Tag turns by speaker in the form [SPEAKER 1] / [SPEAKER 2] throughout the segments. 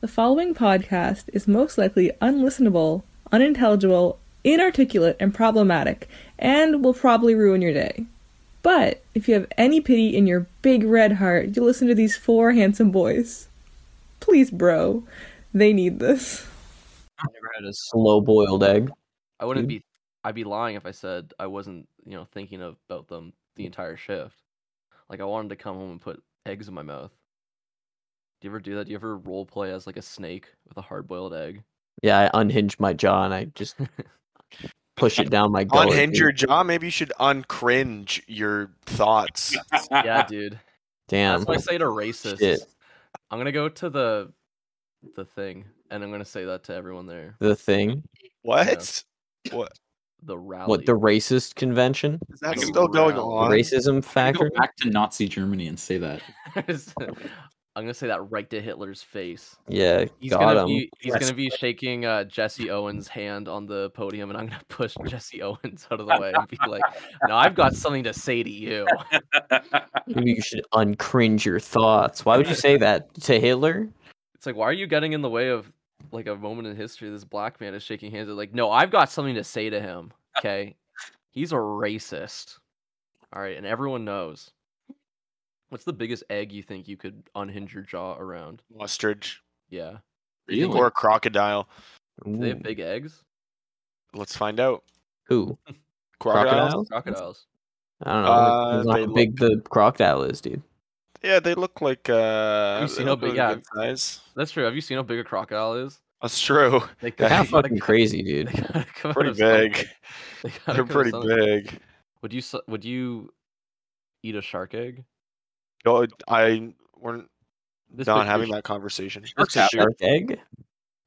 [SPEAKER 1] The following podcast is most likely unlistenable, unintelligible, inarticulate, and problematic, and will probably ruin your day. But if you have any pity in your big red heart, you'll listen to these four handsome boys. Please, bro. They need this.
[SPEAKER 2] I've never had a s-
[SPEAKER 3] slow boiled egg.
[SPEAKER 2] I wouldn't
[SPEAKER 3] Dude.
[SPEAKER 2] be. I'd be lying if I said I wasn't, you know, thinking of- about them
[SPEAKER 3] Mm.
[SPEAKER 2] the entire shift. Like I wanted to come home and put eggs in my mouth. Do you ever do that? Do you ever role play as like a snake with a hard boiled egg?
[SPEAKER 3] Yeah, I unhinge my jaw and I just push it down my gullet.
[SPEAKER 4] Unhinge
[SPEAKER 3] dude.
[SPEAKER 4] your jaw. Maybe you should uncringe your thoughts.
[SPEAKER 2] yeah, dude.
[SPEAKER 3] Damn.
[SPEAKER 2] That's why I say to racists.
[SPEAKER 3] Shit.
[SPEAKER 2] I'm gonna go to the the thing, and I'm gonna say that to everyone there.
[SPEAKER 3] The thing.
[SPEAKER 4] What?
[SPEAKER 2] The rally.
[SPEAKER 3] What the racist convention?
[SPEAKER 4] Is that
[SPEAKER 5] Like a
[SPEAKER 4] still going
[SPEAKER 2] round
[SPEAKER 4] on?
[SPEAKER 3] Racism
[SPEAKER 5] I go
[SPEAKER 3] factor?
[SPEAKER 5] back to Nazi Germany and say that.
[SPEAKER 2] I'm gonna say that right to Hitler's face.
[SPEAKER 3] Yeah,
[SPEAKER 2] He's
[SPEAKER 3] got
[SPEAKER 2] gonna
[SPEAKER 3] him.
[SPEAKER 2] be he's
[SPEAKER 6] Yes.
[SPEAKER 2] gonna be shaking uh, Jesse Owens' hand on the podium, and I'm gonna push Jesse Owens out of the way and be like, "No, I've got something to say to you."
[SPEAKER 3] Maybe you should uncringe your thoughts. Why would you say that to Hitler?
[SPEAKER 2] It's like, why are you getting in the way of like a moment in history? This black man is shaking hands. They're like, no, I've got something to say to him. Okay, he's a racist. All right, and everyone knows. What's the biggest egg you think you could unhinge your jaw around?
[SPEAKER 4] Ostrich
[SPEAKER 2] Yeah,
[SPEAKER 5] Really?
[SPEAKER 4] or crocodile?
[SPEAKER 2] Do they have
[SPEAKER 3] Ooh.
[SPEAKER 2] big eggs.
[SPEAKER 4] Let's find out.
[SPEAKER 3] Who?
[SPEAKER 4] Crocodile?
[SPEAKER 3] Crocodiles?
[SPEAKER 2] Crocodiles.
[SPEAKER 3] I don't know. like,
[SPEAKER 4] Uh,
[SPEAKER 3] depends on
[SPEAKER 4] they
[SPEAKER 3] how big the crocodile is, dude.
[SPEAKER 4] Yeah, they look like uh.
[SPEAKER 2] you seen
[SPEAKER 4] they
[SPEAKER 2] how
[SPEAKER 4] look
[SPEAKER 2] big-
[SPEAKER 4] like
[SPEAKER 2] yeah.
[SPEAKER 4] good size.
[SPEAKER 2] That's true. Have you seen how big a crocodile is?
[SPEAKER 4] That's true.
[SPEAKER 2] They
[SPEAKER 4] Yeah,
[SPEAKER 3] Kind
[SPEAKER 2] gotta
[SPEAKER 3] of fucking
[SPEAKER 2] cut-
[SPEAKER 3] crazy, dude.
[SPEAKER 2] They gotta come out
[SPEAKER 4] Pretty
[SPEAKER 2] of somewhere.
[SPEAKER 4] big.
[SPEAKER 2] They gotta
[SPEAKER 4] They're
[SPEAKER 2] come out
[SPEAKER 4] pretty
[SPEAKER 2] somewhere.
[SPEAKER 4] big.
[SPEAKER 2] Would you s- would you eat a shark egg?
[SPEAKER 4] No, I we're
[SPEAKER 2] This
[SPEAKER 4] not
[SPEAKER 2] picture
[SPEAKER 4] having
[SPEAKER 2] is
[SPEAKER 4] that conversation.
[SPEAKER 5] Sharks
[SPEAKER 4] It's a
[SPEAKER 3] Shark egg?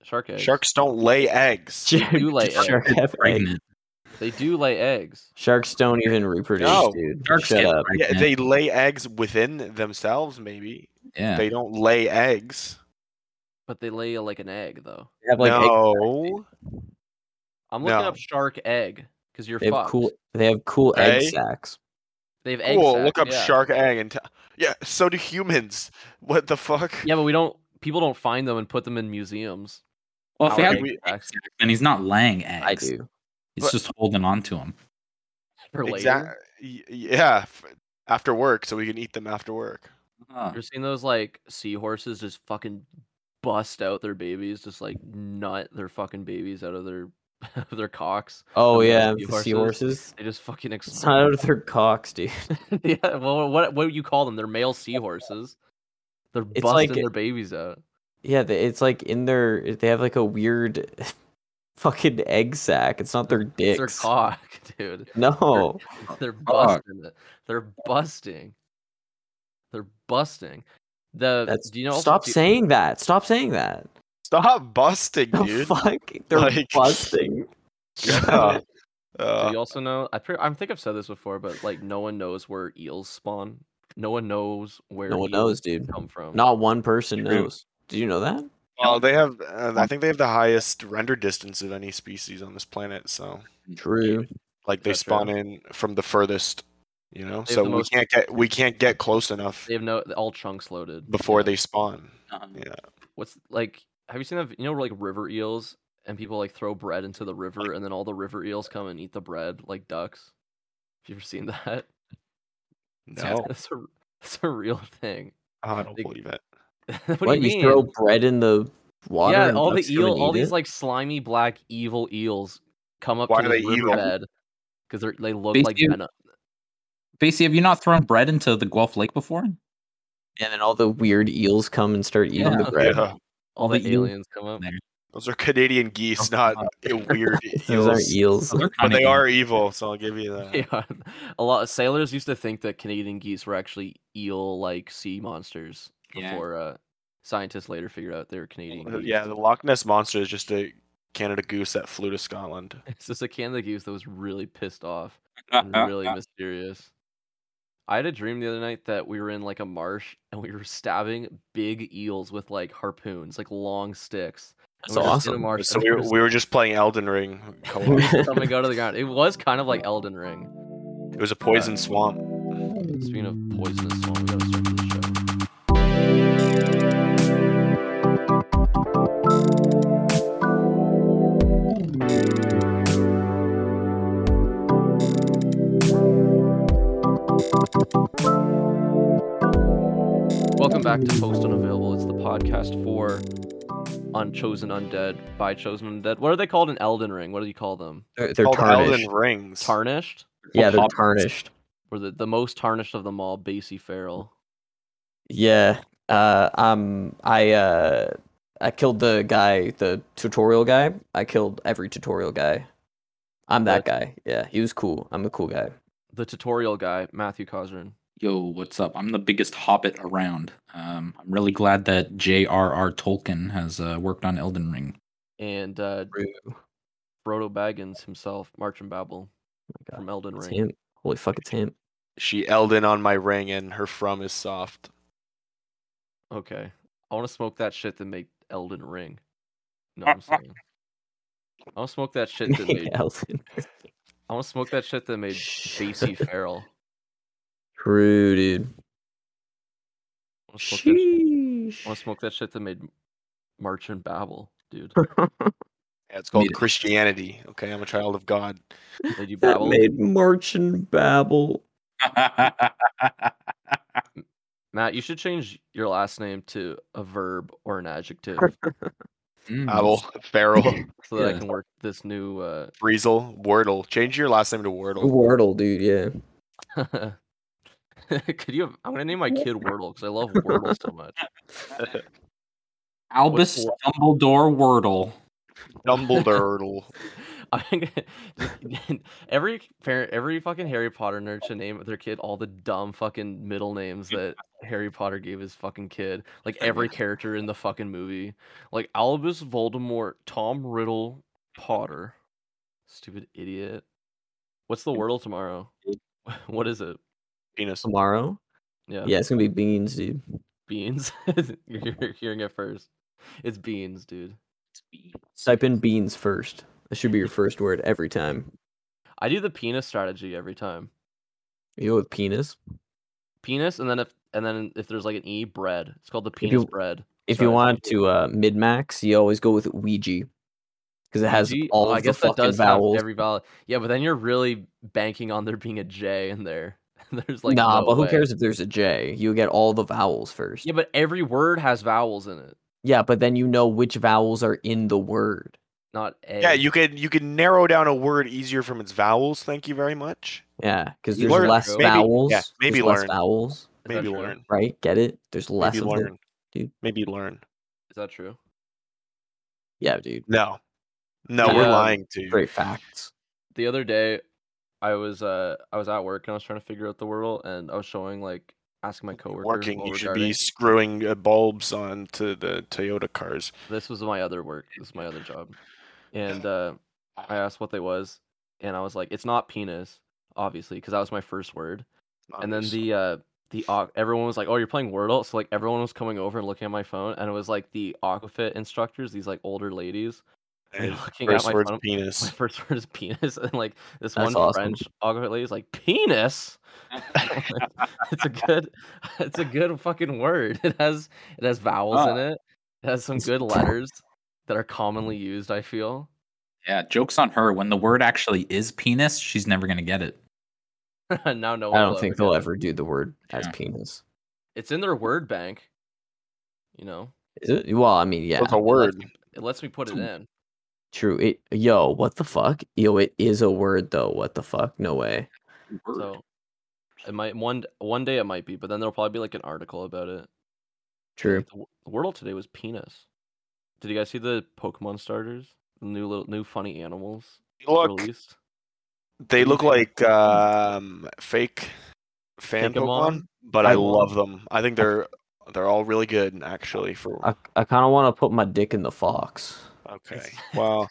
[SPEAKER 2] Shark eggs.
[SPEAKER 4] Sharks don't lay eggs.
[SPEAKER 2] do lay eggs.
[SPEAKER 3] Shark have egg.
[SPEAKER 5] pregnant.
[SPEAKER 2] They do lay eggs.
[SPEAKER 3] Sharks don't even reproduce,
[SPEAKER 4] No.
[SPEAKER 3] dude.
[SPEAKER 5] Sharks
[SPEAKER 3] Shut
[SPEAKER 5] get
[SPEAKER 3] up.
[SPEAKER 4] Yeah,
[SPEAKER 5] pregnant.
[SPEAKER 4] they lay eggs within themselves. Maybe
[SPEAKER 5] yeah.
[SPEAKER 4] they don't lay eggs.
[SPEAKER 2] But they lay like an egg though.
[SPEAKER 3] They have like egg-
[SPEAKER 4] no,
[SPEAKER 2] I'm looking
[SPEAKER 4] No.
[SPEAKER 2] up shark egg because you're
[SPEAKER 3] they have
[SPEAKER 2] fucked.
[SPEAKER 3] cool they have cool egg
[SPEAKER 4] Hey?
[SPEAKER 3] sacks.
[SPEAKER 2] They have egg.
[SPEAKER 4] cool.
[SPEAKER 2] sac,
[SPEAKER 4] Look up
[SPEAKER 2] yeah.
[SPEAKER 4] shark egg and t- yeah. So do humans. What the fuck?
[SPEAKER 2] Yeah, but we don't. People don't find them and put them in museums.
[SPEAKER 5] Well, if they
[SPEAKER 4] How
[SPEAKER 5] have
[SPEAKER 4] do we-
[SPEAKER 5] eggs, then he's not laying eggs.
[SPEAKER 3] I do.
[SPEAKER 5] He's
[SPEAKER 4] But-
[SPEAKER 5] just holding on to them.
[SPEAKER 2] For later.
[SPEAKER 4] Exact- y- Yeah, f- after work, so we can eat them after work.
[SPEAKER 2] You're seeing those like seahorses just fucking bust out their babies, just like nut their fucking babies out of their out of their cocks.
[SPEAKER 3] Oh
[SPEAKER 2] Those
[SPEAKER 3] yeah,
[SPEAKER 2] seahorses.
[SPEAKER 3] the seahorses.
[SPEAKER 2] They just fucking
[SPEAKER 3] It's not
[SPEAKER 2] explode.
[SPEAKER 3] out of their cocks, dude.
[SPEAKER 2] yeah, well, what what do you call them? They're male seahorses. They're
[SPEAKER 3] It's
[SPEAKER 2] busting
[SPEAKER 3] like-
[SPEAKER 2] their babies out.
[SPEAKER 3] Yeah, they, it's like in their they have like a weird fucking egg sack. It's not their
[SPEAKER 2] It's
[SPEAKER 3] dicks.
[SPEAKER 2] their cock, dude.
[SPEAKER 3] No.
[SPEAKER 2] They're
[SPEAKER 5] Fuck.
[SPEAKER 2] busting it. They're busting. They're busting. The
[SPEAKER 3] That's
[SPEAKER 2] do you know? also-
[SPEAKER 3] Stop
[SPEAKER 2] do-
[SPEAKER 3] saying that. Stop saying that.
[SPEAKER 4] Stop busting,
[SPEAKER 3] The
[SPEAKER 4] dude.
[SPEAKER 3] fuck? They're
[SPEAKER 4] Like-
[SPEAKER 3] busting.
[SPEAKER 4] Yeah.
[SPEAKER 2] Do
[SPEAKER 4] Uh,
[SPEAKER 2] you also know? I pre- I think I've said this before, but like no one knows where eels spawn. No one knows where.
[SPEAKER 3] No one
[SPEAKER 2] eels
[SPEAKER 3] knows, dude.
[SPEAKER 2] Come from?
[SPEAKER 3] Not one person
[SPEAKER 5] True.
[SPEAKER 3] knows. Did you know that?
[SPEAKER 4] well, they have. Uh, I think they have the highest render distance of any species on this planet. So,
[SPEAKER 3] True.
[SPEAKER 4] like, they
[SPEAKER 2] That's
[SPEAKER 4] spawn
[SPEAKER 2] true.
[SPEAKER 4] in from the furthest. You know,
[SPEAKER 2] They have
[SPEAKER 4] so
[SPEAKER 2] the
[SPEAKER 4] we
[SPEAKER 2] most-
[SPEAKER 4] can't get we can't get close enough
[SPEAKER 2] They have no all chunks loaded
[SPEAKER 4] before
[SPEAKER 2] Yeah.
[SPEAKER 4] they spawn.
[SPEAKER 2] What's like? Have you seen that? You know, like river eels and people like throw bread into the river, and then all the river eels come and eat the bread like ducks. Have you ever seen that?
[SPEAKER 3] Oh.
[SPEAKER 4] No,
[SPEAKER 2] that's a that's a real thing.
[SPEAKER 4] I don't
[SPEAKER 2] They-
[SPEAKER 4] believe it.
[SPEAKER 2] what,
[SPEAKER 3] what
[SPEAKER 2] do you mean?
[SPEAKER 3] throw bread in the water?
[SPEAKER 2] yeah,
[SPEAKER 3] and
[SPEAKER 2] all the
[SPEAKER 3] ducks come
[SPEAKER 2] eel,
[SPEAKER 3] and
[SPEAKER 2] all
[SPEAKER 3] eat
[SPEAKER 2] these
[SPEAKER 3] it?
[SPEAKER 2] like slimy black evil eels come up
[SPEAKER 4] Why
[SPEAKER 2] to
[SPEAKER 4] are
[SPEAKER 2] the
[SPEAKER 4] they evil?
[SPEAKER 2] riverbed because they they look like
[SPEAKER 5] Basically-
[SPEAKER 2] venom.
[SPEAKER 5] Basie, have you not thrown bread into the Guelph Lake before? Oh,
[SPEAKER 3] and then all the weird eels come and start eating
[SPEAKER 5] Yeah.
[SPEAKER 3] the bread.
[SPEAKER 4] Yeah.
[SPEAKER 2] All
[SPEAKER 5] the
[SPEAKER 2] the,
[SPEAKER 5] eel-
[SPEAKER 2] aliens come up.
[SPEAKER 5] They're
[SPEAKER 4] Those are Canadian geese,
[SPEAKER 5] Oh,
[SPEAKER 4] not
[SPEAKER 5] God.
[SPEAKER 4] uh, weird
[SPEAKER 3] Those
[SPEAKER 4] eels.
[SPEAKER 3] aren't eels.
[SPEAKER 5] They're
[SPEAKER 4] But
[SPEAKER 5] kinda
[SPEAKER 4] they
[SPEAKER 5] evil.
[SPEAKER 4] are evil, so I'll give you that.
[SPEAKER 2] Yeah, a lot of sailors used to think that Canadian geese were actually eel-like sea monsters
[SPEAKER 5] Yeah.
[SPEAKER 2] before uh, scientists later figured out they were Canadian
[SPEAKER 4] Uh,
[SPEAKER 2] geese.
[SPEAKER 4] Yeah, the Loch Ness monster is just a Canada goose that flew to Scotland.
[SPEAKER 2] It's just a Canada goose that was really pissed off
[SPEAKER 4] Uh,
[SPEAKER 2] and really mysterious. I had a dream the other night that we were in like a marsh and we were stabbing big eels with like harpoons, like long sticks. And
[SPEAKER 3] That's
[SPEAKER 2] we're just in a
[SPEAKER 3] awesome.
[SPEAKER 2] marsh
[SPEAKER 4] So
[SPEAKER 2] and
[SPEAKER 4] we
[SPEAKER 2] we're
[SPEAKER 4] were,
[SPEAKER 2] just-
[SPEAKER 4] we were just playing Elden Ring. co-op.
[SPEAKER 2] Something go to the ground. It was kind of like Elden Ring.
[SPEAKER 4] it was a poison swamp.
[SPEAKER 2] Speaking of poisonous one, we gotta start this show. back to Post Unavailable. It's the podcast for Unchosen Undead by Chosen Undead. What are they called in Elden Ring? What do you call them?
[SPEAKER 3] They're, they're
[SPEAKER 4] called
[SPEAKER 3] tarnished.
[SPEAKER 4] Elden Rings.
[SPEAKER 2] Tarnished?
[SPEAKER 3] Yeah, they're
[SPEAKER 5] Pop-
[SPEAKER 3] tarnished.
[SPEAKER 2] Or the, the most tarnished of them all, Basie Farrell.
[SPEAKER 3] Yeah. Uh, um, I uh, I killed the guy, the tutorial guy. I killed every tutorial guy. I'm that
[SPEAKER 2] What?
[SPEAKER 3] guy. Yeah, he was cool. I'm a cool guy.
[SPEAKER 2] The tutorial guy, Matthew Cosrin.
[SPEAKER 5] Yo, what's up? I'm the biggest hobbit around. Um, I'm really glad that J.R.R. Tolkien has uh, worked on Elden Ring.
[SPEAKER 2] And uh, Frodo Baggins himself, March and Babel
[SPEAKER 3] Oh God,
[SPEAKER 2] from Elden
[SPEAKER 3] It's
[SPEAKER 2] Ring.
[SPEAKER 3] him. Holy fuck, it's him.
[SPEAKER 4] She Elden on my ring, and her from is soft.
[SPEAKER 2] Okay. I want to smoke that shit that made Elden Ring. No, I'm saying. I want to smoke that shit that made.
[SPEAKER 3] Elden.
[SPEAKER 2] I want to smoke that shit that made Basie Farrell.
[SPEAKER 3] True, dude.
[SPEAKER 2] I want to smoke, that- I wanna
[SPEAKER 3] Sheesh.
[SPEAKER 2] smoke that shit that made March and Babel, dude.
[SPEAKER 4] Yeah, it's called
[SPEAKER 5] Meet it.
[SPEAKER 4] Christianity. Okay, I'm a child of God.
[SPEAKER 2] Did you
[SPEAKER 3] that
[SPEAKER 2] babble?
[SPEAKER 3] made March and Babel.
[SPEAKER 2] Matt, you should change your last name to a verb or an adjective
[SPEAKER 5] Mm.
[SPEAKER 4] Abel, Feral,
[SPEAKER 2] so that I
[SPEAKER 5] Yeah.
[SPEAKER 2] can work this new. uh
[SPEAKER 4] Breezel, Wordle. Change your last name to Wordle.
[SPEAKER 3] Wordle, dude. Yeah.
[SPEAKER 2] Could you? Have... I'm gonna name my kid Wordle because I love Wordle so much.
[SPEAKER 5] Albus
[SPEAKER 2] What's
[SPEAKER 5] Dumbledore Wordle.
[SPEAKER 4] Dumbledore.
[SPEAKER 2] I think every parent, every fucking Harry Potter nerd should name their kid all the dumb fucking middle names that Harry Potter gave his fucking kid. Like every character in the fucking movie, like Albus Voldemort, Tom Riddle, Potter. Stupid idiot. What's the wordle tomorrow? What is it?
[SPEAKER 4] Penis.
[SPEAKER 3] Tomorrow.
[SPEAKER 2] Yeah,
[SPEAKER 3] Yeah, it's gonna be beans, dude.
[SPEAKER 2] beans. You're hearing it first. It's beans, dude.
[SPEAKER 3] Type in beans first. That should be your first word every time.
[SPEAKER 2] I do the penis strategy every time.
[SPEAKER 3] You go with penis.
[SPEAKER 2] penis and then if and then if there's like an e bread it's called the
[SPEAKER 3] you-
[SPEAKER 2] penis bread
[SPEAKER 3] If
[SPEAKER 2] Sorry.
[SPEAKER 3] you want to uh, mid max, you always go with Ouija because it has
[SPEAKER 2] G-
[SPEAKER 3] all
[SPEAKER 2] oh,
[SPEAKER 3] of
[SPEAKER 2] i guess
[SPEAKER 3] the
[SPEAKER 2] that
[SPEAKER 3] fucking
[SPEAKER 2] does have
[SPEAKER 3] vowels.
[SPEAKER 2] every vowel yeah but then you're really banking on there being a j in there there's like
[SPEAKER 3] nah,
[SPEAKER 2] no
[SPEAKER 3] but who
[SPEAKER 2] way.
[SPEAKER 3] cares if there's a J? You get all the vowels first.
[SPEAKER 2] yeah but every word has vowels in it
[SPEAKER 3] Yeah, but then you know which vowels are in the word.
[SPEAKER 2] not a
[SPEAKER 4] Yeah, you could you could narrow down a word easier from its vowels. Thank you very much.
[SPEAKER 3] Yeah, because
[SPEAKER 2] You
[SPEAKER 3] there's
[SPEAKER 2] learn,
[SPEAKER 3] less
[SPEAKER 2] bro.
[SPEAKER 4] Maybe- yeah,
[SPEAKER 3] vowels.
[SPEAKER 4] maybe
[SPEAKER 3] there's less
[SPEAKER 4] learn.
[SPEAKER 3] vowels,
[SPEAKER 2] Is that
[SPEAKER 4] Maybe
[SPEAKER 2] true?
[SPEAKER 4] learn.
[SPEAKER 3] right? Get it? There's less
[SPEAKER 4] Maybe
[SPEAKER 3] of
[SPEAKER 4] learn.
[SPEAKER 3] it. dude.
[SPEAKER 4] Maybe learn.
[SPEAKER 2] is that true
[SPEAKER 3] Yeah, dude.
[SPEAKER 4] No, no, we're
[SPEAKER 2] Yeah.
[SPEAKER 4] lying to you.
[SPEAKER 3] Great facts.
[SPEAKER 2] the other day i was uh i was at work and i was trying to figure out the wordle and i was showing like asking my coworker
[SPEAKER 4] Working,
[SPEAKER 2] what
[SPEAKER 4] you
[SPEAKER 2] we're
[SPEAKER 4] should be
[SPEAKER 2] guarding.
[SPEAKER 4] screwing uh, bulbs onto the Toyota cars.
[SPEAKER 2] this was my other work this is my other job and uh i asked what they was and i was like it's not penis obviously because that was my first word and then
[SPEAKER 4] Obvious.
[SPEAKER 2] the uh the au- everyone was like oh you're playing wordle so like everyone was coming over and looking at my phone and it was like the aquafit instructors these like older ladies
[SPEAKER 4] And
[SPEAKER 2] looking at
[SPEAKER 4] first
[SPEAKER 2] my
[SPEAKER 4] word's
[SPEAKER 2] phone- my
[SPEAKER 4] penis.
[SPEAKER 2] first word is penis and like this
[SPEAKER 3] That's
[SPEAKER 2] one
[SPEAKER 3] awesome.
[SPEAKER 2] french aquafit lady's like penis it's a good it's a good fucking word it has it has vowels in it it has some
[SPEAKER 3] It's-
[SPEAKER 2] good letters that are commonly used i feel
[SPEAKER 5] yeah, jokes on her. When the word actually is penis, she's never gonna get it.
[SPEAKER 2] now no one
[SPEAKER 3] I
[SPEAKER 2] will
[SPEAKER 3] don't
[SPEAKER 2] ever
[SPEAKER 3] think they'll
[SPEAKER 2] get it.
[SPEAKER 3] ever do the word as
[SPEAKER 5] Yeah.
[SPEAKER 3] penis.
[SPEAKER 2] it's in their word bank you know
[SPEAKER 3] Is it? Well, I mean, yeah.
[SPEAKER 4] That's a word.
[SPEAKER 2] it lets me put it in
[SPEAKER 3] True. It yo, what the fuck? Yo, it is a word though. What the fuck? No way.
[SPEAKER 5] Word.
[SPEAKER 2] so it might one d- one day it might be but then there'll probably be like an article about it
[SPEAKER 3] True.
[SPEAKER 2] the wo- the wordle today was penis did you guys see the pokemon starters The new little new funny animals
[SPEAKER 4] Look,
[SPEAKER 2] released
[SPEAKER 4] they
[SPEAKER 2] you
[SPEAKER 4] look
[SPEAKER 2] can-
[SPEAKER 4] like um, fake fan
[SPEAKER 2] Fake-a-mon?
[SPEAKER 4] Pokemon, but I,
[SPEAKER 3] I
[SPEAKER 4] love them. I think they're they're all really good, actually. For
[SPEAKER 3] I, I kind of want to put my dick in the fox.
[SPEAKER 4] okay, well,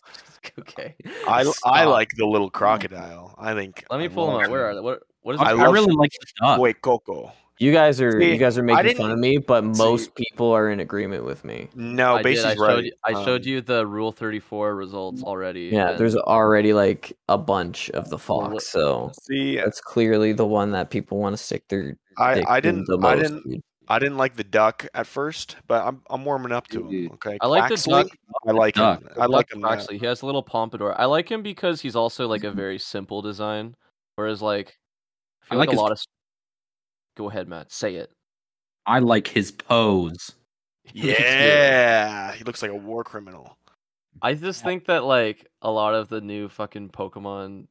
[SPEAKER 2] okay
[SPEAKER 4] I I
[SPEAKER 2] Stop.
[SPEAKER 4] like the little crocodile. I think.
[SPEAKER 2] let me
[SPEAKER 4] I
[SPEAKER 2] pull them
[SPEAKER 4] love
[SPEAKER 2] out where are they what what is
[SPEAKER 5] I,
[SPEAKER 4] I
[SPEAKER 2] it
[SPEAKER 4] love-
[SPEAKER 5] really like the duck.
[SPEAKER 4] Boy Coco.
[SPEAKER 3] You guys are
[SPEAKER 4] See,
[SPEAKER 3] you guys are making
[SPEAKER 4] didn't-
[SPEAKER 3] fun of me, but
[SPEAKER 4] see-
[SPEAKER 3] most people are in agreement with me.
[SPEAKER 4] No,
[SPEAKER 2] I did,
[SPEAKER 4] Basie's
[SPEAKER 2] I showed,
[SPEAKER 4] right.
[SPEAKER 2] you, I
[SPEAKER 4] um,
[SPEAKER 2] showed you the Rule 34 results already.
[SPEAKER 3] Yeah,
[SPEAKER 2] and
[SPEAKER 3] there's already like a bunch of the
[SPEAKER 2] Well,
[SPEAKER 3] fox, so
[SPEAKER 4] See,
[SPEAKER 3] that's clearly the one that people want to stick their
[SPEAKER 4] I,
[SPEAKER 3] dick
[SPEAKER 4] I
[SPEAKER 3] in
[SPEAKER 4] didn't
[SPEAKER 3] the most.
[SPEAKER 4] I didn't
[SPEAKER 3] dude.
[SPEAKER 4] I didn't like the duck at first, but I'm I'm warming up to him.
[SPEAKER 5] Dude.
[SPEAKER 4] Okay,
[SPEAKER 2] I like the
[SPEAKER 4] Quaxley,
[SPEAKER 2] duck.
[SPEAKER 4] I like
[SPEAKER 5] duck.
[SPEAKER 4] him. I like
[SPEAKER 2] Duck
[SPEAKER 4] him. now.
[SPEAKER 2] Moxley. He has a little pompadour. I like him because he's also like a very simple design. Whereas like I feel
[SPEAKER 5] I
[SPEAKER 2] like,
[SPEAKER 5] like
[SPEAKER 2] a
[SPEAKER 5] his-
[SPEAKER 2] lot of. Go ahead, Matt. Say it.
[SPEAKER 5] I like his pose.
[SPEAKER 2] Look at you.
[SPEAKER 4] Yeah, he looks like a war criminal.
[SPEAKER 2] I just think that like a lot of the new fucking Pokemon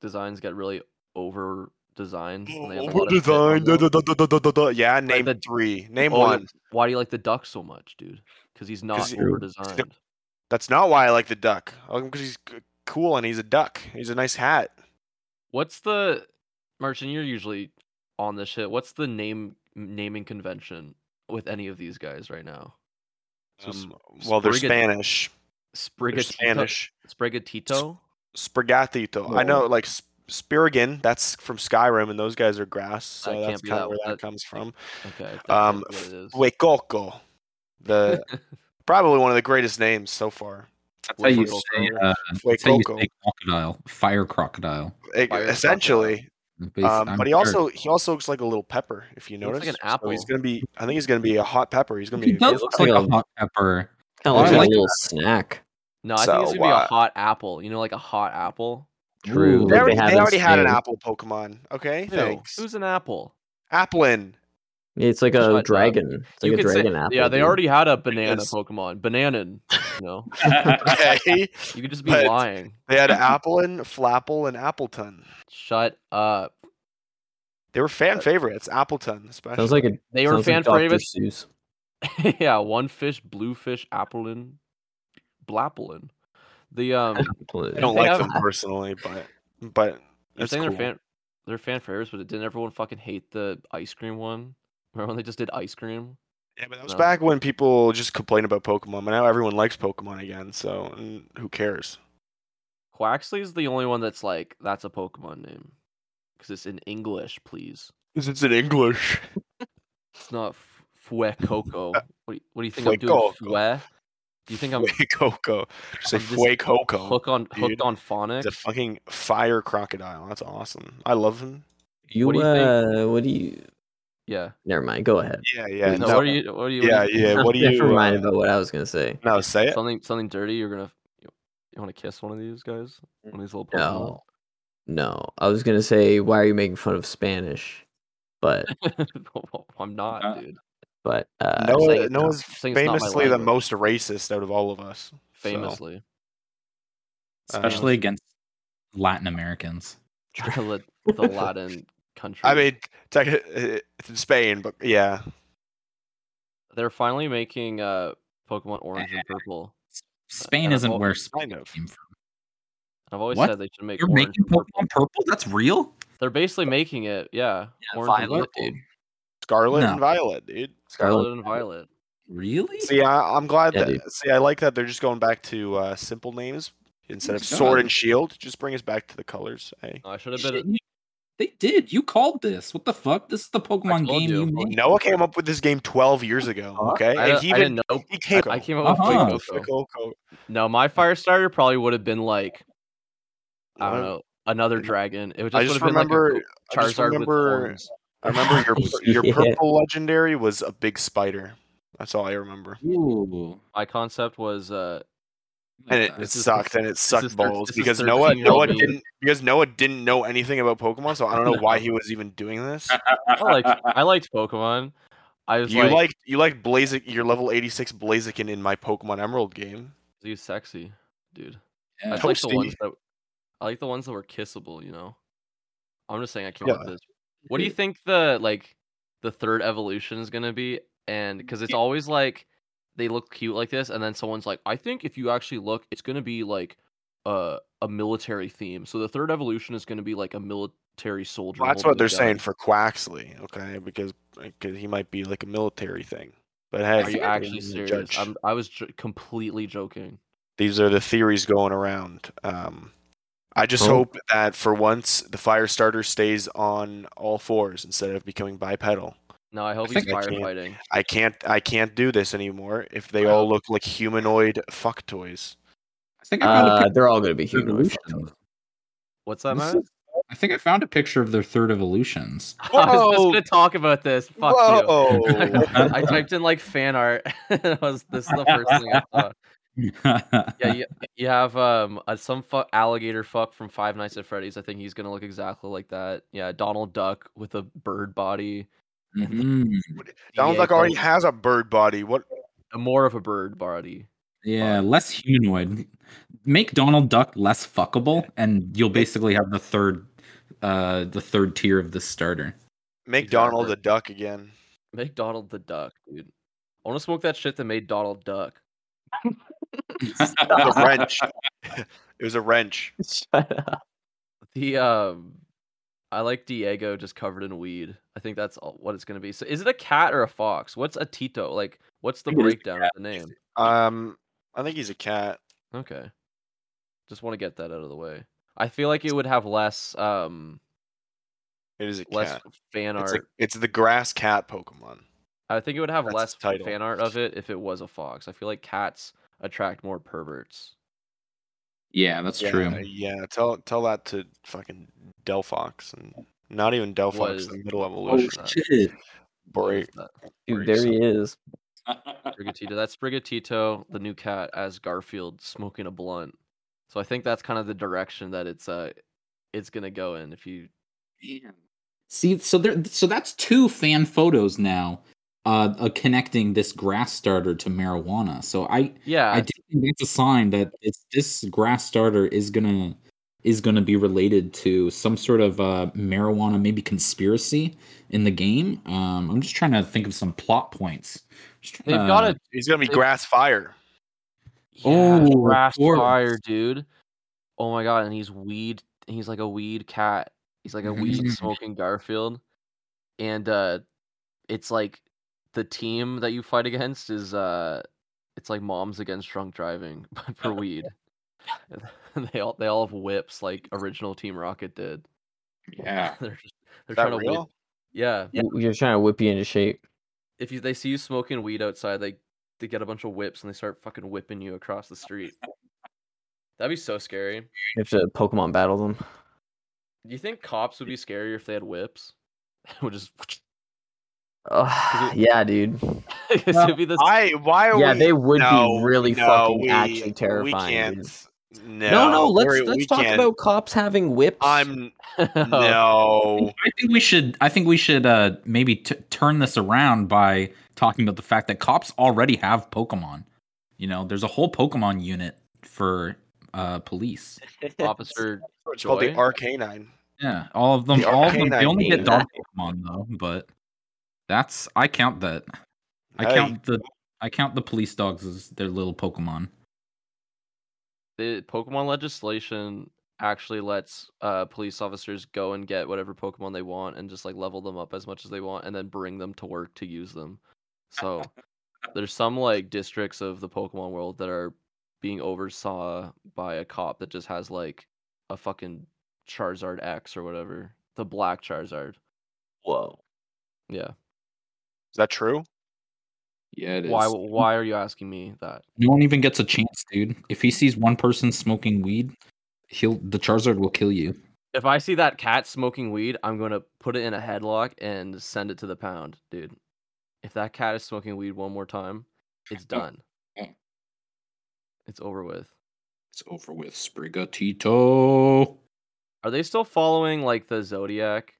[SPEAKER 2] designs got really over designed.
[SPEAKER 4] Oh, Design, da, da, da, da, da, da, da. Yeah, name
[SPEAKER 2] the-
[SPEAKER 4] three, name
[SPEAKER 2] Oh,
[SPEAKER 4] one.
[SPEAKER 2] Why do you like the duck so much, dude? Because he's not
[SPEAKER 4] 'Cause he-
[SPEAKER 2] over designed.
[SPEAKER 4] That's not why I like the duck. I like him because he's c- cool and he's a duck. He's a nice hat.
[SPEAKER 2] What's the Martin? You're usually on this shit. What's the name naming convention with any of these guys right now? So
[SPEAKER 4] Um, well, they're
[SPEAKER 2] Sprigat-
[SPEAKER 4] Spanish. They're
[SPEAKER 2] Sprigatito.
[SPEAKER 4] Spanish.
[SPEAKER 2] Sprigatito.
[SPEAKER 4] Sprigatito. I know, like sp- Spirigan. That's from Skyrim, and those guys are grass. So
[SPEAKER 2] That can't
[SPEAKER 4] that's
[SPEAKER 2] be
[SPEAKER 4] kind
[SPEAKER 2] that-
[SPEAKER 4] of where that,
[SPEAKER 2] that-
[SPEAKER 4] comes from.
[SPEAKER 2] Okay. that's
[SPEAKER 4] Um, uh,
[SPEAKER 2] what it is.
[SPEAKER 4] Huecoco. The probably one of the greatest names so far.
[SPEAKER 5] That's how you
[SPEAKER 2] Fuecoco.
[SPEAKER 5] say, uh, that's how you
[SPEAKER 4] Huecoco.
[SPEAKER 5] say crocodile, fire crocodile.
[SPEAKER 4] E-
[SPEAKER 2] Fire
[SPEAKER 4] essentially.
[SPEAKER 5] Basi-
[SPEAKER 4] Um,
[SPEAKER 5] I'm
[SPEAKER 4] but he
[SPEAKER 5] sure.
[SPEAKER 4] also he also looks like a little pepper. If you
[SPEAKER 2] He looks
[SPEAKER 4] notice,
[SPEAKER 2] like an
[SPEAKER 4] So he's
[SPEAKER 2] apple.
[SPEAKER 4] gonna be. I think he's gonna be a hot pepper. He's gonna
[SPEAKER 3] He
[SPEAKER 4] be.
[SPEAKER 3] does
[SPEAKER 5] It looks like a
[SPEAKER 3] Like a-
[SPEAKER 5] hot pepper.
[SPEAKER 3] Kind
[SPEAKER 5] I
[SPEAKER 2] Oh,
[SPEAKER 3] of looks
[SPEAKER 5] like
[SPEAKER 3] like a little snack.
[SPEAKER 2] no, I think it's
[SPEAKER 4] so,
[SPEAKER 2] gonna be a
[SPEAKER 4] uh,
[SPEAKER 2] hot apple. You know, like a hot apple.
[SPEAKER 5] True.
[SPEAKER 3] Ooh,
[SPEAKER 4] They
[SPEAKER 5] They
[SPEAKER 4] already, they
[SPEAKER 3] haven't
[SPEAKER 4] already had an
[SPEAKER 3] stayed.
[SPEAKER 4] apple Pokemon. Okay,
[SPEAKER 2] Ew,
[SPEAKER 4] thanks.
[SPEAKER 2] Who's an apple?
[SPEAKER 4] Applin.
[SPEAKER 3] It's like
[SPEAKER 2] Shut
[SPEAKER 3] a
[SPEAKER 2] up.
[SPEAKER 3] dragon. It's like
[SPEAKER 2] You
[SPEAKER 3] a
[SPEAKER 2] could say-
[SPEAKER 3] dragon apple.
[SPEAKER 2] Yeah, they
[SPEAKER 3] dude.
[SPEAKER 2] already had a banana
[SPEAKER 4] Because-
[SPEAKER 2] Pokemon. Bananan. You know,
[SPEAKER 4] Okay,
[SPEAKER 2] you could just be
[SPEAKER 4] But-
[SPEAKER 2] lying.
[SPEAKER 4] they had Applin, Flapple, and Appleton.
[SPEAKER 2] Shut up.
[SPEAKER 4] They were fan favorites. Appleton, especially.
[SPEAKER 3] Sounds like a
[SPEAKER 2] They were
[SPEAKER 3] sounds like
[SPEAKER 2] fan
[SPEAKER 3] Dr.
[SPEAKER 2] favorites.
[SPEAKER 3] Seuss.
[SPEAKER 2] yeah, one fish, blue fish, applin, blappelin. The um,
[SPEAKER 4] I
[SPEAKER 3] Absolutely.
[SPEAKER 4] don't
[SPEAKER 2] they
[SPEAKER 4] like
[SPEAKER 2] have-
[SPEAKER 4] them personally, but but
[SPEAKER 2] you're
[SPEAKER 4] it's
[SPEAKER 2] saying
[SPEAKER 4] cool.
[SPEAKER 2] they're fan, they're fan favorites, but didn't everyone fucking hate the ice cream one? Remember when they just did ice cream?
[SPEAKER 4] Yeah, but that was
[SPEAKER 2] No.
[SPEAKER 4] back when people just complained about Pokemon, but now everyone likes Pokemon again. So mm, who cares?
[SPEAKER 2] Quaxley's the only one that's like that's a Pokemon name because it's in English, please.
[SPEAKER 4] Because it's in English.
[SPEAKER 2] It's not f- Fue Coco. What do you, what do you think I'm doing?
[SPEAKER 4] Fuecoco.
[SPEAKER 2] Fue? Do you think I'm
[SPEAKER 4] Coco. Say
[SPEAKER 2] I'm just
[SPEAKER 4] Fue Coco.
[SPEAKER 2] hook on hooked
[SPEAKER 4] dude.
[SPEAKER 2] on
[SPEAKER 4] It's a
[SPEAKER 2] phonics?
[SPEAKER 4] fucking fire crocodile. That's awesome. I love him.
[SPEAKER 3] You,
[SPEAKER 2] What do you
[SPEAKER 3] uh, what do you?
[SPEAKER 2] Yeah.
[SPEAKER 3] Never mind. Go ahead.
[SPEAKER 4] Yeah, yeah.
[SPEAKER 2] no,
[SPEAKER 4] no-
[SPEAKER 2] what are you? What are you? what
[SPEAKER 4] yeah,
[SPEAKER 2] do you-
[SPEAKER 4] yeah. What do you?
[SPEAKER 3] Never mind
[SPEAKER 4] uh,
[SPEAKER 3] about what I was gonna say.
[SPEAKER 4] no, say it.
[SPEAKER 2] Something something dirty. You're gonna you, want to kiss one of these guys? One of these little Pokemon?
[SPEAKER 3] No,
[SPEAKER 4] Mm-hmm.
[SPEAKER 3] no. I was gonna say, why are you making fun of Spanish? But,
[SPEAKER 2] I'm not,
[SPEAKER 5] Uh,
[SPEAKER 2] dude.
[SPEAKER 3] but uh,
[SPEAKER 2] I'm saying
[SPEAKER 4] Noah,
[SPEAKER 2] it's not-
[SPEAKER 4] Noah's
[SPEAKER 2] I'm saying it's not my
[SPEAKER 4] famously the
[SPEAKER 2] language.
[SPEAKER 4] most racist out of all of us. so,
[SPEAKER 2] Famously,
[SPEAKER 5] especially against Latin Americans.
[SPEAKER 2] the, the Latin country.
[SPEAKER 4] I mean, tech, it's in Spain, but yeah,
[SPEAKER 2] they're finally making uh Pokemon Orange and Purple.
[SPEAKER 5] Spain
[SPEAKER 2] uh,
[SPEAKER 5] isn't
[SPEAKER 2] well,
[SPEAKER 5] where Spain
[SPEAKER 4] kind of.
[SPEAKER 5] came from.
[SPEAKER 2] I've always
[SPEAKER 5] What?
[SPEAKER 2] said they should make.
[SPEAKER 5] You're
[SPEAKER 2] orange
[SPEAKER 5] making
[SPEAKER 2] and purple.
[SPEAKER 5] Pokemon purple? That's real?
[SPEAKER 2] They're basically making it. Yeah. and
[SPEAKER 3] Violet,
[SPEAKER 2] purple.
[SPEAKER 3] dude.
[SPEAKER 4] Scarlet
[SPEAKER 5] No.
[SPEAKER 4] and Violet, dude.
[SPEAKER 2] Scarlet and Violet.
[SPEAKER 5] Really?
[SPEAKER 4] See, I, I'm glad
[SPEAKER 3] Yeah,
[SPEAKER 4] that. See, I like that they're just going back to uh, simple names instead of sword
[SPEAKER 5] God.
[SPEAKER 4] and shield. Just bring us back to the colors. Hey,
[SPEAKER 2] No, I should have
[SPEAKER 5] Shit,
[SPEAKER 2] been.
[SPEAKER 5] you- they did. You called this. What the fuck? This is the Pokemon
[SPEAKER 2] told
[SPEAKER 5] game
[SPEAKER 2] you.
[SPEAKER 5] you, made.
[SPEAKER 4] Noah came up with this game 12 years ago.
[SPEAKER 3] Huh?
[SPEAKER 4] Okay,
[SPEAKER 2] I,
[SPEAKER 4] and
[SPEAKER 2] don't-
[SPEAKER 4] he
[SPEAKER 2] I
[SPEAKER 4] even
[SPEAKER 2] didn't know.
[SPEAKER 4] he came
[SPEAKER 2] I
[SPEAKER 4] up
[SPEAKER 2] came up with
[SPEAKER 5] Uh-huh.
[SPEAKER 2] Fuego.
[SPEAKER 4] with Coco.
[SPEAKER 2] No, my fire starter probably would have been like I don't
[SPEAKER 4] What?
[SPEAKER 2] know another dragon. It would just,
[SPEAKER 4] I just
[SPEAKER 2] would have
[SPEAKER 4] remember.
[SPEAKER 2] been
[SPEAKER 4] I
[SPEAKER 2] like a
[SPEAKER 4] just
[SPEAKER 2] Charizard with
[SPEAKER 4] remember.
[SPEAKER 2] horns.
[SPEAKER 4] I remember your pur- your
[SPEAKER 3] Yeah.
[SPEAKER 4] purple legendary was a big spider. That's all I remember.
[SPEAKER 5] Ooh.
[SPEAKER 2] My concept was uh
[SPEAKER 4] and it, it
[SPEAKER 5] That's-
[SPEAKER 2] This is-
[SPEAKER 4] sucked and it sucked
[SPEAKER 2] is thir-
[SPEAKER 4] balls
[SPEAKER 2] this is
[SPEAKER 4] because Noah
[SPEAKER 2] 13 year old
[SPEAKER 4] Noah
[SPEAKER 2] me.
[SPEAKER 4] didn't because Noah didn't know anything about Pokemon, so I don't know why he was even doing this.
[SPEAKER 2] I liked I liked Pokemon. I was
[SPEAKER 4] You
[SPEAKER 2] like,
[SPEAKER 4] like you like Blazik your level eighty six Blaziken in my Pokemon Emerald game.
[SPEAKER 2] he's sexy, dude. I
[SPEAKER 5] Yeah.
[SPEAKER 2] just like the
[SPEAKER 4] Toasty.
[SPEAKER 2] ones that I like the ones that were kissable, you know. I'm just saying I came up with this. What do you think the like the third evolution is gonna be? And because it's always like they look cute like this, and then someone's like, I think if you actually look, it's gonna be like a a military theme. So the third evolution is gonna be like a military soldier.
[SPEAKER 4] Well, that's
[SPEAKER 2] holding
[SPEAKER 4] what
[SPEAKER 2] a
[SPEAKER 4] they're
[SPEAKER 2] gun.
[SPEAKER 4] saying for Quaxley, okay? Because because he might be like a military thing. But hey,
[SPEAKER 2] Are you
[SPEAKER 4] I'm
[SPEAKER 2] actually
[SPEAKER 4] gonna
[SPEAKER 2] serious?
[SPEAKER 4] judge.
[SPEAKER 2] I'm, I was j- completely joking.
[SPEAKER 4] These are the theories going around. Um, I just
[SPEAKER 3] Cool.
[SPEAKER 4] hope that for once the fire starter stays on all fours instead of becoming bipedal.
[SPEAKER 2] No, I hope he's
[SPEAKER 5] think
[SPEAKER 4] I can't.
[SPEAKER 2] firefighting.
[SPEAKER 4] I can't I can't do this anymore if they all look like humanoid fuck toys.
[SPEAKER 5] I think I found a
[SPEAKER 3] Uh,
[SPEAKER 5] picture
[SPEAKER 3] they're all gonna be
[SPEAKER 5] of their
[SPEAKER 3] humanoid.
[SPEAKER 5] evolutions.
[SPEAKER 2] What's that,
[SPEAKER 5] This
[SPEAKER 2] man?
[SPEAKER 5] is- I think I found a picture of their third evolutions.
[SPEAKER 2] I was just
[SPEAKER 4] Whoa.
[SPEAKER 2] gonna talk about this. Fuck you.
[SPEAKER 4] Whoa!
[SPEAKER 2] I typed in like fan art. and I was this is the first thing I thought. Yeah, you, you have um uh, some fu- alligator fuck from Five Nights at Freddy's. I think he's gonna look exactly like that. Yeah, Donald Duck with a bird body.
[SPEAKER 5] Mhm.
[SPEAKER 4] Donald
[SPEAKER 3] Yeah,
[SPEAKER 4] Duck already
[SPEAKER 3] but-
[SPEAKER 4] has a bird body. What?
[SPEAKER 2] A more of a bird body.
[SPEAKER 5] Yeah, less humanoid. Make Donald Duck less fuckable, and you'll basically have the third, uh, the third tier of the starter.
[SPEAKER 4] Make
[SPEAKER 2] Exactly.
[SPEAKER 4] Donald a duck again.
[SPEAKER 2] Make Donald the Duck, dude. I want to smoke that shit that made Donald Duck.
[SPEAKER 4] It was a wrench. it was a wrench.
[SPEAKER 3] Shut up.
[SPEAKER 2] The um, I like Diego just covered in weed. I think that's all, what it's gonna be. So is it a cat or a fox? What's a Tito? Like, what's the
[SPEAKER 5] I think it is a
[SPEAKER 2] breakdown of the name?
[SPEAKER 4] Um, I think he's a cat.
[SPEAKER 2] Okay, just want to get that out of the way. I feel like it would have less um
[SPEAKER 4] It is a
[SPEAKER 2] less
[SPEAKER 4] cat.
[SPEAKER 2] fan
[SPEAKER 4] It's,
[SPEAKER 2] art.
[SPEAKER 4] a, it's the grass cat Pokemon.
[SPEAKER 2] I think it would have
[SPEAKER 4] that's
[SPEAKER 2] less
[SPEAKER 4] the title.
[SPEAKER 2] fan art of it if it was a fox. I feel like cats attract more perverts.
[SPEAKER 5] Yeah, that's
[SPEAKER 4] yeah,
[SPEAKER 5] true.
[SPEAKER 4] Uh, Yeah, tell tell that to fucking Delphox and not even
[SPEAKER 2] Was-
[SPEAKER 4] Delphox, the middle
[SPEAKER 5] Oh
[SPEAKER 4] evolution.
[SPEAKER 2] that.
[SPEAKER 5] shit!
[SPEAKER 2] What
[SPEAKER 4] Break.
[SPEAKER 2] is that?
[SPEAKER 3] Dude, there he is.
[SPEAKER 2] Brigatito. That's Brigatito, the new cat, as Garfield smoking a blunt. So I think that's kind of the direction that it's uh it's gonna go in. If you
[SPEAKER 5] Man. See, so there, so that's two fan photos now, uh, uh, connecting this grass starter to marijuana. So I,
[SPEAKER 2] yeah,
[SPEAKER 5] I do think that's a sign that it's this grass starter is gonna is gonna be related to some sort of uh, marijuana, maybe conspiracy in the game. Um, I'm just trying to think of some plot points. Just trying
[SPEAKER 2] they've
[SPEAKER 5] to-
[SPEAKER 2] got a
[SPEAKER 4] He's gonna be
[SPEAKER 2] It-
[SPEAKER 4] grass fire.
[SPEAKER 5] Oh,
[SPEAKER 2] yeah,
[SPEAKER 5] of
[SPEAKER 2] grass
[SPEAKER 5] course.
[SPEAKER 2] fire, dude. Oh my god, and he's weed. He's like a weed cat. He's like a weed
[SPEAKER 4] Mm-hmm.
[SPEAKER 5] Mhm.
[SPEAKER 2] smoking Garfield, and uh, it's like the team that you fight against is uh, it's like moms against drunk driving, but for weed. And they all they all have whips like original Team Rocket did.
[SPEAKER 5] yeah.
[SPEAKER 2] they're just they're
[SPEAKER 4] Is that
[SPEAKER 2] trying to
[SPEAKER 4] real?
[SPEAKER 2] whip. Yeah,
[SPEAKER 3] W- You're trying to whip you into shape.
[SPEAKER 2] if you they see you smoking weed outside, they they get a bunch of whips and they start fucking whipping you across the street. That'd be so scary.
[SPEAKER 3] You have to Pokemon battle them.
[SPEAKER 2] Do you think cops would be scarier if they had whips? would just
[SPEAKER 3] Oh, yeah, dude.
[SPEAKER 2] 'Cause
[SPEAKER 3] Well,
[SPEAKER 2] it'd be this.
[SPEAKER 4] I why are
[SPEAKER 3] Yeah,
[SPEAKER 4] we?
[SPEAKER 3] they would
[SPEAKER 4] no,
[SPEAKER 3] be really
[SPEAKER 4] no,
[SPEAKER 3] fucking
[SPEAKER 4] we-
[SPEAKER 3] actually terrifying.
[SPEAKER 4] We can't.
[SPEAKER 3] dude.
[SPEAKER 4] No,
[SPEAKER 3] no, no, let's
[SPEAKER 4] we're-
[SPEAKER 3] let's
[SPEAKER 4] we
[SPEAKER 3] talk
[SPEAKER 4] can't.
[SPEAKER 3] about cops having whips.
[SPEAKER 4] uh,
[SPEAKER 3] Oh,
[SPEAKER 4] I'm no.
[SPEAKER 5] I think we should. I think we should uh, maybe t- turn this around by talking about the fact that cops already have Pokemon. You know, there's a whole Pokemon unit for uh, police.
[SPEAKER 2] officer
[SPEAKER 4] It's called the
[SPEAKER 2] Joy?
[SPEAKER 4] Arcanine.
[SPEAKER 5] Yeah, all of them.
[SPEAKER 4] The
[SPEAKER 5] all of them. They
[SPEAKER 4] Arcanine
[SPEAKER 5] only get
[SPEAKER 4] team.
[SPEAKER 5] dog Pokemon though, but that's I count that. I
[SPEAKER 4] Hey,
[SPEAKER 5] count the I count the police dogs as their little Pokemon.
[SPEAKER 2] the Pokemon legislation actually lets uh, police officers go and get whatever Pokemon they want and just like level them up as much as they want and then bring them to work to use them. So there's some like districts of the Pokemon world that are being oversaw by a cop that just has like a fucking Charizard X or whatever, the black Charizard.
[SPEAKER 3] whoa.
[SPEAKER 2] Yeah.
[SPEAKER 4] Is that true?
[SPEAKER 5] Yeah, it
[SPEAKER 2] Why? Why are you asking me that?
[SPEAKER 5] No one even gets a chance, dude. If he sees one person smoking weed, he'll the Charizard will kill you.
[SPEAKER 2] If I see that cat smoking weed, I'm gonna put it in a headlock and send it to the pound, dude. If that cat is smoking weed one more time, it's done.
[SPEAKER 5] Yeah.
[SPEAKER 2] It's over with.
[SPEAKER 5] It's over with Sprigatito.
[SPEAKER 2] Are they still following like the zodiac?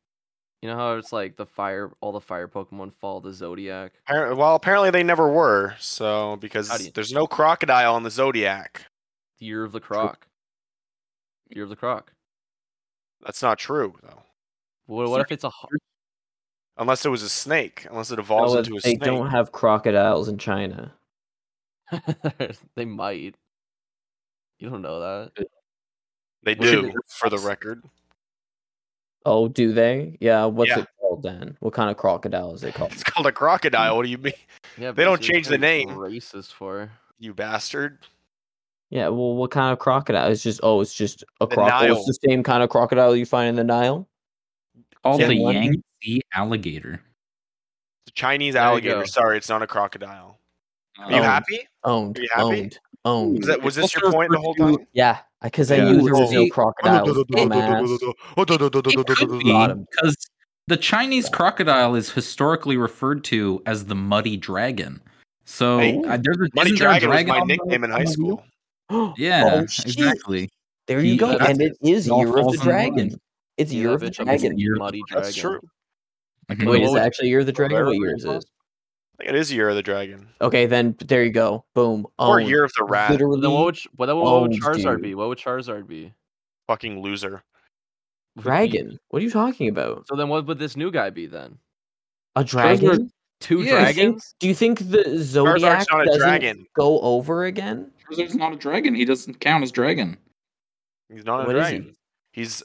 [SPEAKER 2] You know how it's like the fire, all the fire Pokemon follow the zodiac.
[SPEAKER 4] Appar- Well, apparently they never were. So
[SPEAKER 2] How do you-
[SPEAKER 4] because there's no crocodile in the zodiac.
[SPEAKER 2] The year of the croc. Year of the croc.
[SPEAKER 4] That's not true though.
[SPEAKER 2] What, what if it's a ho-
[SPEAKER 4] Unless it was a snake. Unless it evolves
[SPEAKER 3] No,
[SPEAKER 4] into a
[SPEAKER 3] they
[SPEAKER 4] snake.
[SPEAKER 3] don't have crocodiles in China.
[SPEAKER 2] they might. You don't know that.
[SPEAKER 4] They
[SPEAKER 2] What is
[SPEAKER 4] do,
[SPEAKER 2] it?
[SPEAKER 4] for the record.
[SPEAKER 3] Oh, do they? Yeah. What's
[SPEAKER 4] Yeah.
[SPEAKER 3] it called then? What kind of crocodile is it called?
[SPEAKER 4] It's called a crocodile. What do you mean,
[SPEAKER 2] Yeah, but
[SPEAKER 4] They don't
[SPEAKER 2] see, that's
[SPEAKER 4] change the
[SPEAKER 2] what it's
[SPEAKER 4] name.
[SPEAKER 2] Racist for.
[SPEAKER 4] you bastard?
[SPEAKER 3] Yeah. Well, what kind of crocodile? It's just oh, it's just a
[SPEAKER 4] The
[SPEAKER 3] crocodile. It's
[SPEAKER 4] Nile.
[SPEAKER 3] the same kind of crocodile you find in the Nile.
[SPEAKER 5] All
[SPEAKER 4] Get
[SPEAKER 5] the
[SPEAKER 3] one.
[SPEAKER 5] Yangtze alligator.
[SPEAKER 4] The Chinese
[SPEAKER 2] There you go.
[SPEAKER 4] alligator. Sorry, it's not a crocodile. Are you
[SPEAKER 3] Oh.
[SPEAKER 4] happy?
[SPEAKER 3] Owned.
[SPEAKER 4] Are you happy?
[SPEAKER 3] Owned. Owned.
[SPEAKER 4] Was, that, was this your
[SPEAKER 5] also
[SPEAKER 4] point the
[SPEAKER 5] referred
[SPEAKER 4] whole
[SPEAKER 5] to-
[SPEAKER 4] time?
[SPEAKER 3] Yeah, because I
[SPEAKER 5] Yeah.
[SPEAKER 3] knew there was
[SPEAKER 5] Oh,
[SPEAKER 3] no
[SPEAKER 5] it-
[SPEAKER 3] crocodiles. dumbass.
[SPEAKER 5] It could
[SPEAKER 3] Got
[SPEAKER 5] be
[SPEAKER 3] him.
[SPEAKER 5] because the Chinese crocodile is historically referred to as the muddy dragon. So
[SPEAKER 4] Hey,
[SPEAKER 5] uh, there's a
[SPEAKER 4] Money
[SPEAKER 5] isn't there a
[SPEAKER 4] Dragon was
[SPEAKER 5] dragon
[SPEAKER 4] my
[SPEAKER 5] on the-
[SPEAKER 4] nickname in
[SPEAKER 5] on
[SPEAKER 4] high
[SPEAKER 5] the
[SPEAKER 4] school.
[SPEAKER 3] Oh,
[SPEAKER 5] Yeah,
[SPEAKER 3] shit.
[SPEAKER 5] exactly.
[SPEAKER 3] There you
[SPEAKER 5] He-
[SPEAKER 3] go.
[SPEAKER 5] that's-
[SPEAKER 3] And it is
[SPEAKER 5] it all
[SPEAKER 3] Year of the
[SPEAKER 5] falls in line.
[SPEAKER 3] Dragon. It's
[SPEAKER 2] Yeah,
[SPEAKER 3] Year
[SPEAKER 2] that
[SPEAKER 3] of the
[SPEAKER 2] bitch, I'm just a
[SPEAKER 3] Dragon.
[SPEAKER 5] Year of the
[SPEAKER 2] Muddy dragon.
[SPEAKER 4] That's true.
[SPEAKER 5] Mhm.
[SPEAKER 2] Like,
[SPEAKER 3] Wait,
[SPEAKER 2] what
[SPEAKER 3] is
[SPEAKER 2] would-
[SPEAKER 3] it actually Year of the Dragon?
[SPEAKER 4] Rare
[SPEAKER 3] What year
[SPEAKER 4] Rare
[SPEAKER 3] is
[SPEAKER 4] Plus?
[SPEAKER 3] it?
[SPEAKER 4] I think it is Year of the Dragon.
[SPEAKER 3] Okay, then there you go. Boom.
[SPEAKER 4] Or
[SPEAKER 3] Owned.
[SPEAKER 4] Year of the Rat.
[SPEAKER 3] Oh, Literally.
[SPEAKER 2] Then what would, Ch- what, what would
[SPEAKER 3] owned,
[SPEAKER 2] Charizard
[SPEAKER 3] dude.
[SPEAKER 2] be? What would Charizard be?
[SPEAKER 4] Fucking loser.
[SPEAKER 2] Would be-
[SPEAKER 3] dragon. What are you talking about?
[SPEAKER 2] So then, what would this new guy be then?
[SPEAKER 3] A
[SPEAKER 5] Charizard-
[SPEAKER 3] dragon?
[SPEAKER 2] Two
[SPEAKER 5] Yeah, I think-
[SPEAKER 2] dragons.
[SPEAKER 3] Do you think the zodiac
[SPEAKER 4] not a
[SPEAKER 3] doesn't
[SPEAKER 4] dragon.
[SPEAKER 3] go over again?
[SPEAKER 5] Charizard's not a dragon. He doesn't count as dragon.
[SPEAKER 4] He's not a
[SPEAKER 3] What is he?
[SPEAKER 4] dragon. He's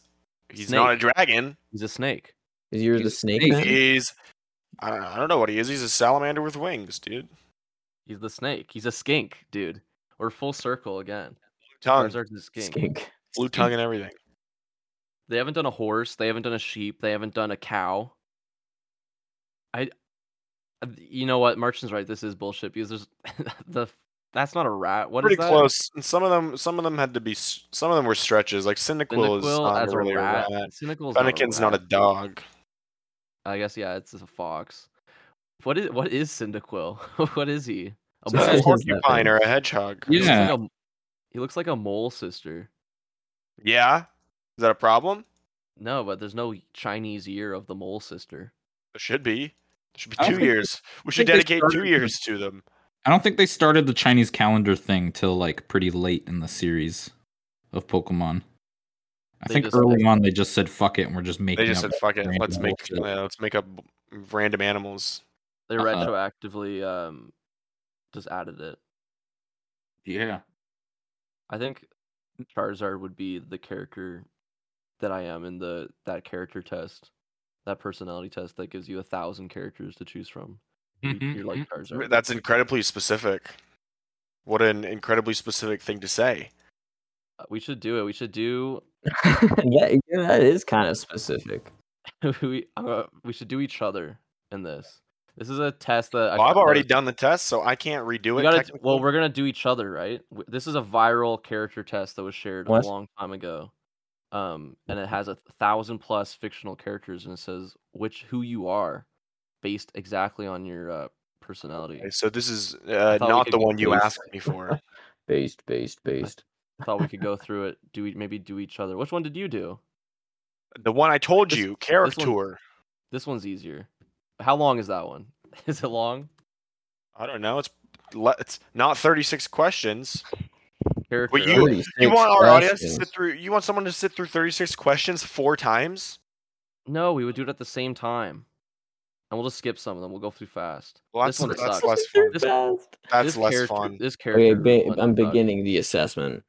[SPEAKER 4] he's not a
[SPEAKER 2] Snake.
[SPEAKER 4] dragon.
[SPEAKER 2] He's a snake.
[SPEAKER 3] Is Year of the
[SPEAKER 5] He's
[SPEAKER 3] Snake?
[SPEAKER 5] snake.
[SPEAKER 3] then?
[SPEAKER 4] He's I don't know. I don't know what he is. He's a salamander with wings, dude.
[SPEAKER 2] He's the snake. He's a skink, dude. We're full circle again.
[SPEAKER 4] Tongue,
[SPEAKER 2] Charizard's a skink.
[SPEAKER 3] Skink.
[SPEAKER 4] blue tongue, and everything.
[SPEAKER 2] They haven't done a horse. They haven't done a sheep. They haven't done a cow. I, uh, you know what? Merchant's right. This is bullshit because there's the that's not a rat. What is
[SPEAKER 4] Pretty
[SPEAKER 2] that?
[SPEAKER 4] close. And some of them, some of them had to be. s- Some of them were stretches. Like Cyndaquil is
[SPEAKER 2] Cynical
[SPEAKER 4] not
[SPEAKER 2] as a
[SPEAKER 4] really
[SPEAKER 2] rat.
[SPEAKER 4] a rat.
[SPEAKER 2] Cynical's
[SPEAKER 4] Fennekin's
[SPEAKER 2] not
[SPEAKER 4] not
[SPEAKER 2] a
[SPEAKER 4] a
[SPEAKER 2] rat.
[SPEAKER 4] dog.
[SPEAKER 2] I guess yeah, it's a fox. What is what is Cyndaquil? what is he? A
[SPEAKER 3] So
[SPEAKER 4] It's
[SPEAKER 3] What
[SPEAKER 4] a
[SPEAKER 3] is
[SPEAKER 2] mole?
[SPEAKER 3] his
[SPEAKER 4] porcupine
[SPEAKER 3] weapon?
[SPEAKER 4] or a hedgehog.
[SPEAKER 2] He looks like
[SPEAKER 5] Yeah.
[SPEAKER 2] a- he looks like a mole sister.
[SPEAKER 4] Yeah. Is that a problem?
[SPEAKER 2] No, but there's no Chinese year of the mole sister.
[SPEAKER 4] There should be. There should be
[SPEAKER 5] I don't
[SPEAKER 4] two
[SPEAKER 5] think-
[SPEAKER 4] years. We should
[SPEAKER 5] think they
[SPEAKER 4] dedicate two
[SPEAKER 5] started-
[SPEAKER 4] years to them.
[SPEAKER 5] I don't think they started the Chinese calendar thing till like pretty late in the series of Pokemon. I
[SPEAKER 2] They
[SPEAKER 5] think
[SPEAKER 2] just-
[SPEAKER 5] early on they just said fuck it and we're just making
[SPEAKER 4] They just
[SPEAKER 5] up.
[SPEAKER 4] said, "Fuck it,
[SPEAKER 5] random
[SPEAKER 4] let's make
[SPEAKER 5] bullshit.
[SPEAKER 4] yeah, let's make up random animals."
[SPEAKER 2] They
[SPEAKER 5] Uh-uh.
[SPEAKER 2] retroactively um just added it.
[SPEAKER 5] yeah.
[SPEAKER 2] I think Charizard would be the character that I am in the that character test, that personality test that gives you a thousand characters to choose from. You-
[SPEAKER 5] Mm-hmm,
[SPEAKER 2] You're like Charizard.
[SPEAKER 4] That's incredibly specific. What an incredibly specific thing to say.
[SPEAKER 2] Uh, We should do it. We should do.
[SPEAKER 3] yeah, yeah, that is kind of specific.
[SPEAKER 2] we uh, we should do each other in this. This is a test that I
[SPEAKER 4] Well, I've
[SPEAKER 2] found out-
[SPEAKER 4] already done the test, so I can't redo
[SPEAKER 2] We
[SPEAKER 4] it.
[SPEAKER 2] gotta,
[SPEAKER 4] technically.
[SPEAKER 2] well, we're gonna do each other, right? W- This is a viral character test that was shared
[SPEAKER 3] What?
[SPEAKER 2] a long time ago, um, and it has a thousand plus fictional characters, and it says which who you are, based exactly on your uh, personality.
[SPEAKER 4] Okay, so this is uh,
[SPEAKER 2] thought we
[SPEAKER 4] not
[SPEAKER 2] could
[SPEAKER 4] the
[SPEAKER 2] get
[SPEAKER 4] one you
[SPEAKER 2] these.
[SPEAKER 4] asked me for.
[SPEAKER 3] Based, based, based.
[SPEAKER 2] I thought we could go through it. Do we maybe do each other? Which one did you do?
[SPEAKER 4] The one I told
[SPEAKER 2] This-
[SPEAKER 4] you, caricature.
[SPEAKER 2] This one's easier. How long is that one? Is it long?
[SPEAKER 4] I don't know. It's le- it's not 36 questions.
[SPEAKER 2] Character.
[SPEAKER 4] But you
[SPEAKER 2] right?
[SPEAKER 4] You
[SPEAKER 3] 36
[SPEAKER 4] want our audience to sit
[SPEAKER 3] questions.
[SPEAKER 4] through? You want someone to sit through 36 questions four times?
[SPEAKER 2] No, we would do it at the same time, and we'll just skip some of them. We'll go through fast.
[SPEAKER 4] Well,
[SPEAKER 2] this
[SPEAKER 4] that's
[SPEAKER 2] one
[SPEAKER 4] that's
[SPEAKER 2] sucks.
[SPEAKER 4] less fun.
[SPEAKER 2] This-
[SPEAKER 4] That's
[SPEAKER 2] This
[SPEAKER 4] less
[SPEAKER 2] character-
[SPEAKER 4] fun.
[SPEAKER 2] This character.
[SPEAKER 3] Okay, ba-
[SPEAKER 2] one
[SPEAKER 3] I'm
[SPEAKER 2] sucks.
[SPEAKER 3] beginning the assessment.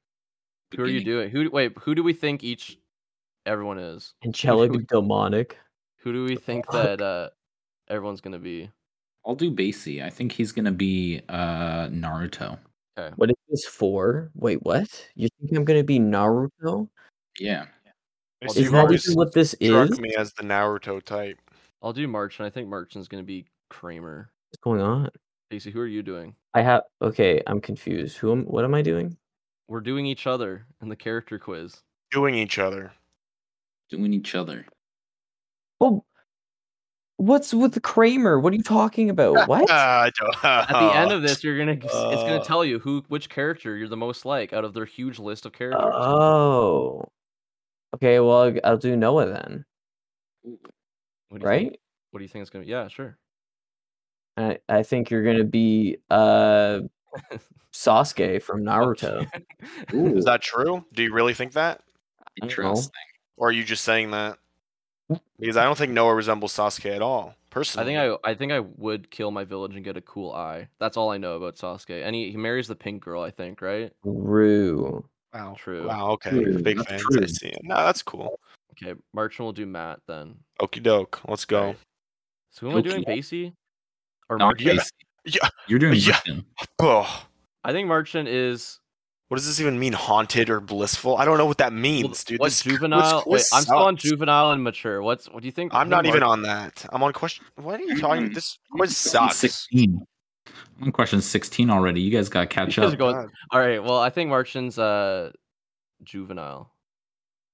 [SPEAKER 2] Who are you doing? Who wait? Who do we think each everyone is?
[SPEAKER 3] Angelic, demonic.
[SPEAKER 2] Who do we think
[SPEAKER 3] Fuck.
[SPEAKER 2] that uh everyone's gonna be?
[SPEAKER 5] I'll do Basie. I think he's gonna be uh Naruto.
[SPEAKER 3] What is this for? Wait, what? You think I'm gonna be Naruto?
[SPEAKER 5] Yeah.
[SPEAKER 2] Well,
[SPEAKER 4] So
[SPEAKER 3] Is
[SPEAKER 4] You've
[SPEAKER 3] that
[SPEAKER 4] always
[SPEAKER 3] even what this is?
[SPEAKER 4] struck me as the Naruto type.
[SPEAKER 2] I'll do Merchant. I think Merchant's gonna be Kramer.
[SPEAKER 3] What's going on?
[SPEAKER 2] Casey, who are you doing?
[SPEAKER 3] I have. Okay, I'm confused. Who am? What am I doing?
[SPEAKER 2] We're doing each other in the character quiz.
[SPEAKER 4] Doing each other.
[SPEAKER 5] Doing each other.
[SPEAKER 3] Oh, what's with the Kramer? What are you talking about? What?
[SPEAKER 4] Ah, I don't-
[SPEAKER 2] At the end of this, you're gonna it's gonna
[SPEAKER 4] Uh.
[SPEAKER 2] tell you who which character you're the most like out of their huge list of characters.
[SPEAKER 3] Oh. Okay, well, I'll- I'll do Noah then,
[SPEAKER 2] What do you think-
[SPEAKER 3] right?
[SPEAKER 2] What do you think it's gonna be? Yeah, sure.
[SPEAKER 3] I, I think you're going to be uh Sasuke from Naruto.
[SPEAKER 5] Ooh.
[SPEAKER 4] Is that true? Do you really think that?
[SPEAKER 3] know.
[SPEAKER 5] Interesting.
[SPEAKER 4] Or are you just saying that? Because I don't think Noah resembles Sasuke at
[SPEAKER 2] I
[SPEAKER 4] all, personally.
[SPEAKER 2] think I I think I would kill my village and get a cool eye. That's all I know about Sasuke. And he, he marries the pink girl, I think, right?
[SPEAKER 3] Rue.
[SPEAKER 4] Wow.
[SPEAKER 2] True.
[SPEAKER 4] Wow. Okay.
[SPEAKER 3] True,
[SPEAKER 4] Big
[SPEAKER 5] that's
[SPEAKER 4] fans. I
[SPEAKER 5] true.
[SPEAKER 4] see it. No, that's cool.
[SPEAKER 2] Okay, Merchant will do Matt then.
[SPEAKER 4] Okie doke. Let's go.
[SPEAKER 2] Alright. So who am I
[SPEAKER 5] Okay.
[SPEAKER 2] doing? Basie? Or
[SPEAKER 5] Not
[SPEAKER 2] Merchant?
[SPEAKER 5] Basie.
[SPEAKER 4] Yeah.
[SPEAKER 5] You're doing
[SPEAKER 4] Yeah.
[SPEAKER 5] Merchant.
[SPEAKER 4] Ugh.
[SPEAKER 2] I think Merchant is
[SPEAKER 4] What does this even mean? Haunted or blissful? I don't know what that
[SPEAKER 2] well,
[SPEAKER 4] means, dude.
[SPEAKER 2] what
[SPEAKER 4] This- this
[SPEAKER 2] juvenile? Wait,
[SPEAKER 4] quiz
[SPEAKER 2] I'm still on
[SPEAKER 4] sucks.
[SPEAKER 2] juvenile and mature. What's what do you think?
[SPEAKER 4] I'm
[SPEAKER 2] who
[SPEAKER 4] not even
[SPEAKER 2] Merchant-
[SPEAKER 4] on that. I'm on question. What are you talking?
[SPEAKER 5] Mhm.
[SPEAKER 4] This quiz sucks.
[SPEAKER 5] Sixteen. I'm on question sixteen already. You guys gotta catch
[SPEAKER 2] You guys
[SPEAKER 5] up.
[SPEAKER 2] go-
[SPEAKER 4] Oh, God,
[SPEAKER 2] All right. Well, I think Merchant's uh juvenile.